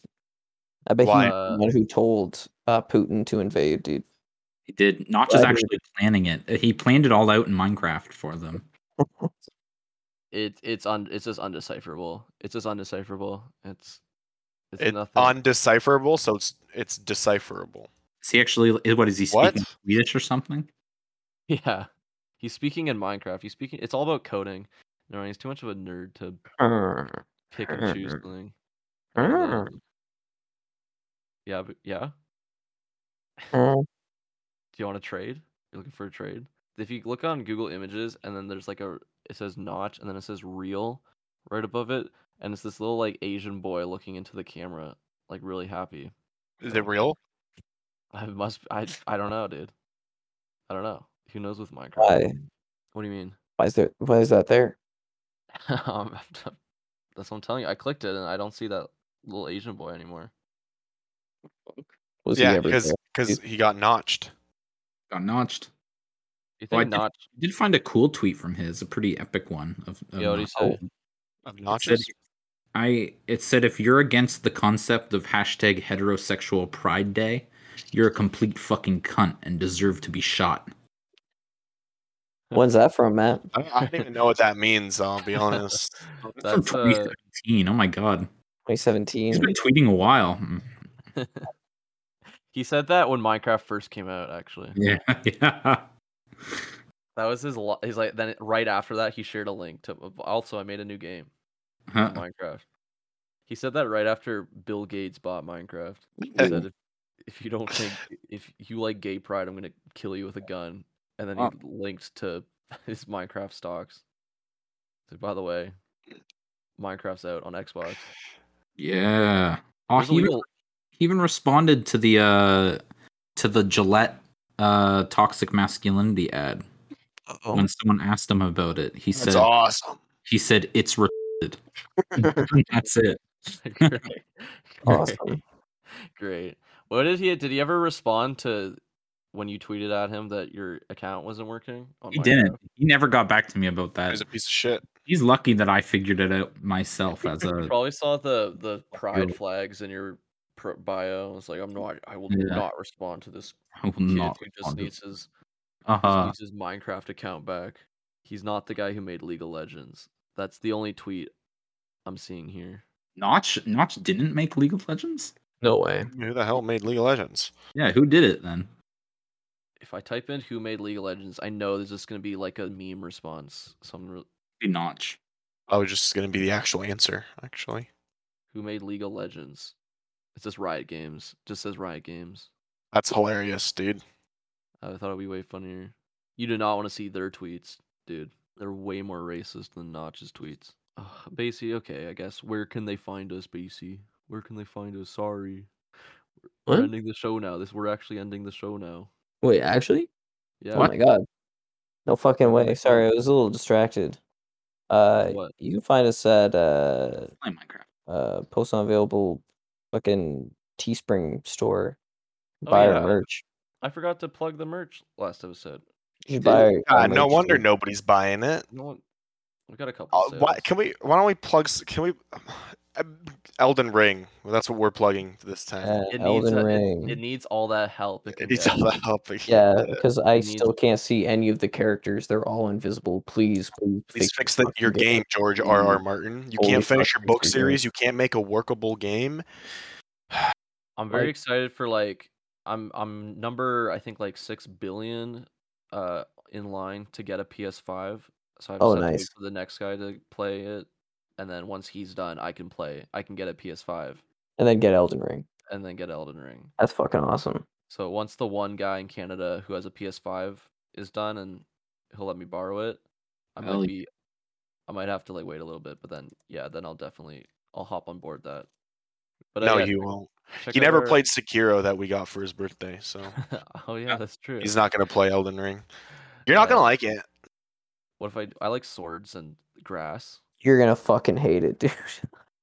[SPEAKER 3] I bet
[SPEAKER 4] Why?
[SPEAKER 3] he's the one who told uh, Putin to invade, dude.
[SPEAKER 5] He did. Notch is
[SPEAKER 3] Right.
[SPEAKER 5] actually planning it. He planned it all out in Minecraft for them.
[SPEAKER 2] It it's un it's just undecipherable. It's just undecipherable. It's it's
[SPEAKER 4] It's
[SPEAKER 2] nothing.
[SPEAKER 4] undecipherable, so it's it's decipherable.
[SPEAKER 5] Is he actually? What is he
[SPEAKER 4] What?
[SPEAKER 5] speaking Swedish or something?
[SPEAKER 2] yeah, he's speaking in Minecraft. He's speaking. It's all about coding. No, he's too much of a nerd to pick and choose something. Yeah, but, yeah. do you want to trade? You're looking for a trade. If you look on Google Images and then there's like a it says notch and then it says real right above it and it's this little like Asian boy looking into the camera like really happy.
[SPEAKER 4] Is it real?
[SPEAKER 2] I must I I don't know, dude. I don't know. Who knows with Minecraft?
[SPEAKER 3] Why?
[SPEAKER 2] What do you mean?
[SPEAKER 3] Why is there? Why is that there?
[SPEAKER 2] um, that's what I'm telling you. I clicked it and I don't see that little Asian boy anymore.
[SPEAKER 3] Was he
[SPEAKER 4] yeah,
[SPEAKER 3] ever
[SPEAKER 4] because
[SPEAKER 3] there?
[SPEAKER 4] because he got notched.
[SPEAKER 5] Got notched.
[SPEAKER 2] You
[SPEAKER 5] Well, I
[SPEAKER 2] think
[SPEAKER 5] did-
[SPEAKER 2] notch?
[SPEAKER 5] I did find a cool tweet from his, a pretty epic one of. of
[SPEAKER 2] Yeah, what'd he
[SPEAKER 5] Notch.
[SPEAKER 2] say?
[SPEAKER 4] Of
[SPEAKER 5] It said,
[SPEAKER 4] notches.
[SPEAKER 5] I it said if you're against the concept of hashtag heterosexual pride day, you're a complete fucking cunt and deserve to be shot.
[SPEAKER 3] When's that from, Matt?
[SPEAKER 4] I don't, I don't even know what that means. I'll be honest.
[SPEAKER 5] Oh, That's from
[SPEAKER 2] That's uh,
[SPEAKER 5] 2017. oh my god, he's
[SPEAKER 3] 2017.
[SPEAKER 5] been tweeting a while. Mm.
[SPEAKER 2] he said that when Minecraft first came out actually.
[SPEAKER 5] Yeah, yeah.
[SPEAKER 2] That was his. Lo- he's like
[SPEAKER 5] Uh-uh.
[SPEAKER 2] then right after that he shared a link to. Also, I made a new game,
[SPEAKER 5] Huh.
[SPEAKER 2] Minecraft. He said that right after Bill Gates bought Minecraft. He said, if, if you don't think if you like gay pride, I'm gonna kill you with a gun. And then he
[SPEAKER 5] Wow.
[SPEAKER 2] linked to his Minecraft stocks. So by the way, Minecraft's out on Xbox.
[SPEAKER 5] Yeah. Oh,
[SPEAKER 2] There's a
[SPEAKER 5] he, even,
[SPEAKER 2] legal-
[SPEAKER 5] he even responded to the uh to the Gillette uh toxic masculinity ad
[SPEAKER 4] Oh,
[SPEAKER 5] when someone asked him about it. He
[SPEAKER 4] that's
[SPEAKER 5] said
[SPEAKER 4] awesome.
[SPEAKER 5] he said it's retarded. That's it.
[SPEAKER 2] great.
[SPEAKER 3] Awesome.
[SPEAKER 2] Great. What did he did he ever respond to when you tweeted at him that your account wasn't working? on
[SPEAKER 5] He
[SPEAKER 2] Minecraft?
[SPEAKER 5] didn't. He never got back to me about
[SPEAKER 4] He's
[SPEAKER 5] that.
[SPEAKER 4] a piece of shit.
[SPEAKER 5] He's lucky that I figured it out myself as
[SPEAKER 2] You
[SPEAKER 5] a
[SPEAKER 2] probably saw the the pride
[SPEAKER 5] Yo.
[SPEAKER 2] flags in your pro- bio. It's like I'm not. I will
[SPEAKER 5] Yeah.
[SPEAKER 2] not respond to this
[SPEAKER 5] I will
[SPEAKER 2] kid
[SPEAKER 5] not
[SPEAKER 2] who just
[SPEAKER 5] respond to-
[SPEAKER 2] needs his, just
[SPEAKER 5] uh-huh.
[SPEAKER 2] needs his Minecraft account back. He's not the guy who made League of Legends. That's the only tweet I'm seeing here.
[SPEAKER 5] Notch Notch didn't make League of Legends?
[SPEAKER 3] No way.
[SPEAKER 4] Who the hell made League of Legends?
[SPEAKER 5] Yeah, who did it then?
[SPEAKER 2] If I type in who made League of Legends, I know there's just gonna be like a meme response. Some re-
[SPEAKER 5] Be Notch.
[SPEAKER 4] I was just gonna be the actual answer, actually.
[SPEAKER 2] who made League of Legends. It says Riot Games. Just says Riot Games.
[SPEAKER 4] That's hilarious, dude.
[SPEAKER 2] I thought it'd be way funnier. You do not want to see their tweets, dude. They're way more racist than Notch's tweets. Ugh, Basie, okay, I guess. Where can they find us, Basie? Where can they find us? Sorry, we're
[SPEAKER 3] What?
[SPEAKER 2] ending the show now. This we're actually ending the show now.
[SPEAKER 3] Wait, actually?
[SPEAKER 2] Yeah.
[SPEAKER 3] Oh my god. No fucking way.
[SPEAKER 2] What?
[SPEAKER 3] Sorry, I was a little distracted. Uh
[SPEAKER 2] What?
[SPEAKER 3] you can find us at uh
[SPEAKER 5] Play Minecraft.
[SPEAKER 3] uh post on available fucking Teespring store.
[SPEAKER 4] Oh,
[SPEAKER 3] Buy
[SPEAKER 2] yeah.
[SPEAKER 3] our merch.
[SPEAKER 2] I forgot to plug the merch last episode.
[SPEAKER 3] You should buy our- our
[SPEAKER 4] God, no
[SPEAKER 3] merch,
[SPEAKER 4] wonder
[SPEAKER 3] dude.
[SPEAKER 4] nobody's buying it.
[SPEAKER 2] No one. We got a couple.
[SPEAKER 4] Uh, why,
[SPEAKER 2] sales.
[SPEAKER 4] can we? Why don't we plug? s- Can we? Elden Ring. That's what we're plugging this time.
[SPEAKER 3] Uh,
[SPEAKER 2] It needs
[SPEAKER 3] Elden
[SPEAKER 2] a- it-
[SPEAKER 3] Ring.
[SPEAKER 2] It, needs all that help. It, can
[SPEAKER 4] it needs
[SPEAKER 2] get.
[SPEAKER 4] all the help. we can
[SPEAKER 3] yeah,
[SPEAKER 4] get.
[SPEAKER 3] because I
[SPEAKER 2] needs-
[SPEAKER 3] still can't see any of the characters. They're all invisible. Please, please,
[SPEAKER 4] Please fix the, your
[SPEAKER 3] fucking
[SPEAKER 4] game, George R. R. Martin. You
[SPEAKER 3] Holy
[SPEAKER 4] can't finish
[SPEAKER 3] fuck,
[SPEAKER 4] your book
[SPEAKER 3] fix your game.
[SPEAKER 4] series. You can't make a workable game.
[SPEAKER 2] I'm very
[SPEAKER 3] Like-
[SPEAKER 2] excited for like I'm I'm number I think like six billion uh in line to get a PS5. So I've
[SPEAKER 3] Oh,
[SPEAKER 2] just have to wait
[SPEAKER 3] nice.
[SPEAKER 2] for the next guy to play it, and then once he's done, I can play. I can get a PS5
[SPEAKER 3] And then get Elden Ring.
[SPEAKER 2] and then get Elden Ring.
[SPEAKER 3] That's fucking awesome.
[SPEAKER 2] So once the one guy in Canada who has a PS5 is done and he'll let me borrow it, I might
[SPEAKER 5] Hell yeah.
[SPEAKER 2] be I might have to like wait a little bit, but then yeah, then I'll definitely I'll hop on board that. But uh,
[SPEAKER 4] no,
[SPEAKER 2] yeah,
[SPEAKER 4] you won't.
[SPEAKER 2] check
[SPEAKER 4] He
[SPEAKER 2] out
[SPEAKER 4] never
[SPEAKER 2] our-
[SPEAKER 4] played Sekiro that we got for his birthday, so
[SPEAKER 2] oh yeah, that's true.
[SPEAKER 4] he's not gonna play Elden Ring. You're not gonna
[SPEAKER 2] Uh,
[SPEAKER 4] like it.
[SPEAKER 2] What if I I like swords and grass?
[SPEAKER 3] You're gonna fucking hate it, dude.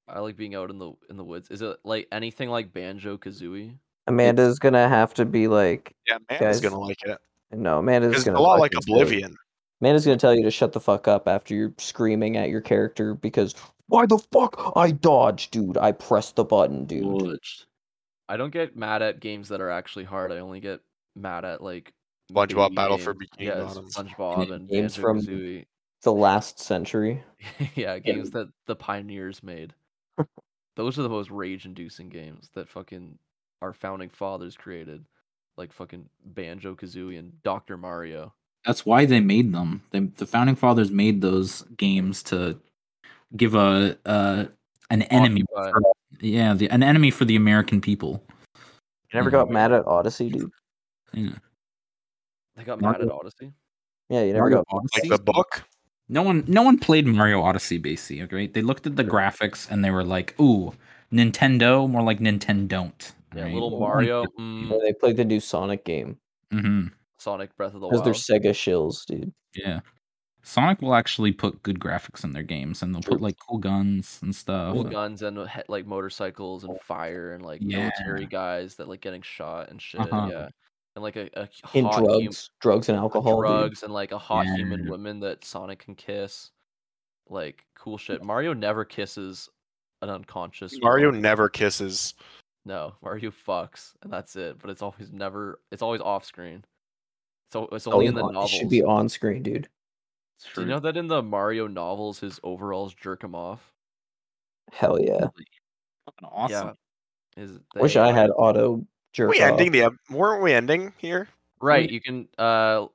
[SPEAKER 2] I like being out in the in the woods. Is it like anything like Banjo Kazooie?
[SPEAKER 3] Amanda's gonna have to be like,
[SPEAKER 4] Yeah, Amanda's
[SPEAKER 3] guys,
[SPEAKER 4] gonna like it.
[SPEAKER 3] no, Amanda's
[SPEAKER 4] It's a
[SPEAKER 3] gonna.
[SPEAKER 4] lot like
[SPEAKER 3] fucking tell you-
[SPEAKER 4] Oblivion.
[SPEAKER 3] Amanda's gonna tell you to shut the fuck up after you're screaming at your character because why the fuck I dodged, dude? I pressed the button, dude.
[SPEAKER 5] Watched.
[SPEAKER 2] I don't get mad at games that are actually hard. I only get mad at like
[SPEAKER 4] SpongeBob
[SPEAKER 2] baby
[SPEAKER 4] Battle for
[SPEAKER 2] games.
[SPEAKER 4] Bikini
[SPEAKER 2] yeah,
[SPEAKER 4] Bottom.
[SPEAKER 2] SpongeBob and
[SPEAKER 3] Games
[SPEAKER 2] Banjo
[SPEAKER 3] from-
[SPEAKER 2] Kazooie.
[SPEAKER 3] The last century.
[SPEAKER 2] yeah, games that the pioneers made. Those are the most rage-inducing games that fucking our founding fathers created, like fucking Banjo Kazooie and Doctor Mario.
[SPEAKER 5] That's why they made them. They, the founding fathers made those games to give a uh, an enemy.
[SPEAKER 2] Occupy.
[SPEAKER 5] for- yeah, the, an enemy for the American people.
[SPEAKER 3] You never
[SPEAKER 2] hmm.
[SPEAKER 5] Yeah.
[SPEAKER 3] got mad at Odyssey, dude.
[SPEAKER 5] Yeah.
[SPEAKER 2] They got mad
[SPEAKER 5] Mario-
[SPEAKER 2] at Odyssey.
[SPEAKER 3] Yeah, you never
[SPEAKER 5] Mario
[SPEAKER 3] got.
[SPEAKER 5] Odyssey?
[SPEAKER 4] Like the book.
[SPEAKER 5] No one, no one played Mario Odyssey. Basically, right? They looked at the graphics and they were like, "Ooh, Nintendo," more like Nintendo.
[SPEAKER 2] Yeah, little Mario, mm,
[SPEAKER 3] Or they played the new Sonic game
[SPEAKER 5] hmm
[SPEAKER 2] Sonic Breath of the
[SPEAKER 3] because
[SPEAKER 2] Wild.
[SPEAKER 3] they're Sega shills, dude.
[SPEAKER 5] Yeah. Sonic will actually put good graphics in their games, and they'll put
[SPEAKER 3] True.
[SPEAKER 5] like cool guns and stuff.
[SPEAKER 2] cool guns and he- like motorcycles
[SPEAKER 3] Oh,
[SPEAKER 2] and fire and like
[SPEAKER 5] Yeah.
[SPEAKER 2] military guys that like getting shot and shit.
[SPEAKER 5] Uh-huh.
[SPEAKER 2] Yeah, and like a, a h-
[SPEAKER 3] In
[SPEAKER 2] hot
[SPEAKER 3] drugs,
[SPEAKER 2] hum-
[SPEAKER 3] drugs and alcohol, dude.
[SPEAKER 2] drugs and like a hot human
[SPEAKER 5] Yeah.
[SPEAKER 2] woman that Sonic can kiss. Like cool shit. Mario never kisses an unconscious.
[SPEAKER 4] Mario
[SPEAKER 2] woman.
[SPEAKER 4] never kisses.
[SPEAKER 2] No, Mario fucks and that's it. But it's always never. It's always off screen. So it's
[SPEAKER 3] Oh,
[SPEAKER 2] only in the
[SPEAKER 3] on- it
[SPEAKER 2] novels.
[SPEAKER 3] should be on screen, dude.
[SPEAKER 2] Do you know that in the Mario novels, his overalls jerk him off?
[SPEAKER 3] Hell yeah.
[SPEAKER 5] Fucking awesome.
[SPEAKER 2] Yeah. Is
[SPEAKER 3] Wish I had auto jerk.
[SPEAKER 4] we
[SPEAKER 3] off.
[SPEAKER 4] ending the ep- weren't we ending here?
[SPEAKER 2] Right, you can uh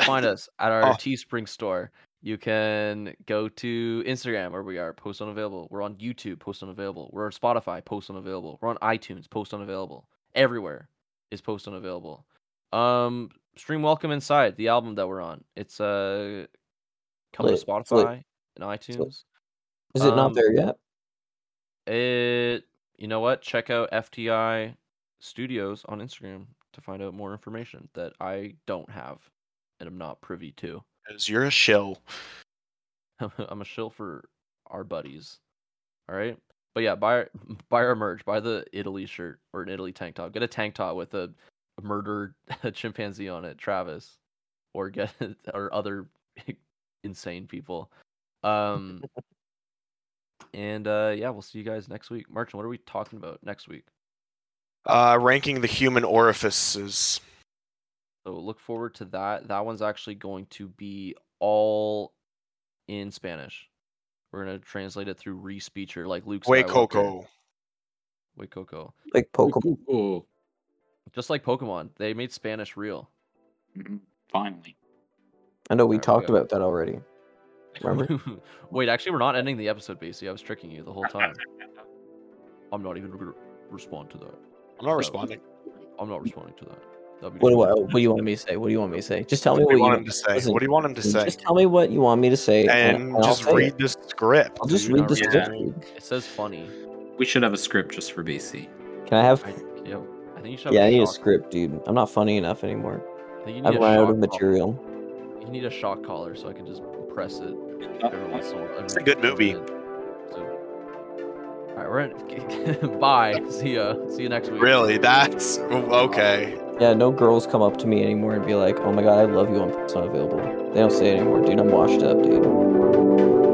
[SPEAKER 2] find us at our
[SPEAKER 4] Oh.
[SPEAKER 2] Teespring store. You can go to Instagram where we are, post unavailable. We're on YouTube, post unavailable. We're on Spotify, post unavailable. We're on iTunes, post unavailable. Everywhere is post unavailable. Um, stream Welcome Inside, the album that we're on. It's uh
[SPEAKER 3] Lit,
[SPEAKER 2] coming to
[SPEAKER 3] it's lit.
[SPEAKER 2] Spotify and iTunes.
[SPEAKER 3] Is it
[SPEAKER 2] Um,
[SPEAKER 3] not there yet?
[SPEAKER 2] It you know what? Check out FTI Studios on Instagram to find out more information that I don't have and I'm not privy to.
[SPEAKER 4] Because you're a shill.
[SPEAKER 2] I'm a shill for our buddies. All right. But yeah, buy our- buy our merch. Buy the Italy shirt or an Italy tank top. Get a tank top with a, a murdered chimpanzee on it, Travis, or get or other insane people. Um, and uh, yeah, we'll see you guys next week. Martin, what are we talking about next week?
[SPEAKER 4] Uh, ranking the human orifices.
[SPEAKER 2] So look forward to that. That one's actually going to be all in Spanish. We're gonna translate it through Respeecher, like Luke's.
[SPEAKER 4] Way Coco.
[SPEAKER 2] Way Coco.
[SPEAKER 3] Like Pokemon.
[SPEAKER 5] Cool, cool,
[SPEAKER 2] Just like Pokemon, they made Spanish real.
[SPEAKER 5] cool. mm-hmm, Finally.
[SPEAKER 3] I know we
[SPEAKER 2] Alright, we
[SPEAKER 3] talked
[SPEAKER 2] got-
[SPEAKER 3] about that already. Remember?
[SPEAKER 2] Wait, actually, we're not ending the episode, BC. I was tricking you the whole time. I'm not even gonna respond to that.
[SPEAKER 4] I'm not responding.
[SPEAKER 2] I'm not responding to that. That'd be
[SPEAKER 3] What do, I,
[SPEAKER 2] disrespectful.
[SPEAKER 3] what do you want me to say? What do you want me to say? Just tell me what
[SPEAKER 4] What do you
[SPEAKER 3] you
[SPEAKER 4] want him to say?
[SPEAKER 3] listen,
[SPEAKER 4] What do you want him to say?
[SPEAKER 3] Just tell me what you want me to say,
[SPEAKER 4] And
[SPEAKER 3] I'll
[SPEAKER 4] just
[SPEAKER 3] say it.
[SPEAKER 4] read the script.
[SPEAKER 3] I'll just
[SPEAKER 2] Dude,
[SPEAKER 3] read
[SPEAKER 2] not
[SPEAKER 3] the
[SPEAKER 5] read
[SPEAKER 3] script.
[SPEAKER 4] it.
[SPEAKER 3] dude.
[SPEAKER 2] It says funny.
[SPEAKER 5] We should have a script just for BC.
[SPEAKER 3] Can I have?
[SPEAKER 2] I, yeah, I think you should. have
[SPEAKER 3] yeah, I need a
[SPEAKER 2] shock-
[SPEAKER 3] script, dude. I'm not funny enough anymore.
[SPEAKER 2] I think you need
[SPEAKER 3] I've
[SPEAKER 2] a
[SPEAKER 3] run out of
[SPEAKER 2] shock collar.
[SPEAKER 3] material.
[SPEAKER 2] You need a shock collar so I can just press it.
[SPEAKER 5] Oh,
[SPEAKER 2] every once in while-
[SPEAKER 4] It's a
[SPEAKER 2] every
[SPEAKER 4] good
[SPEAKER 2] so
[SPEAKER 4] movie.
[SPEAKER 2] often. So, all right, we're in. Bye. See ya. See you next week.
[SPEAKER 4] Really? That's okay.
[SPEAKER 3] Yeah, no girls come up to me anymore and be like, "Oh my god, I love you. I'm it's not available." They don't say it anymore, dude. I'm washed up, dude.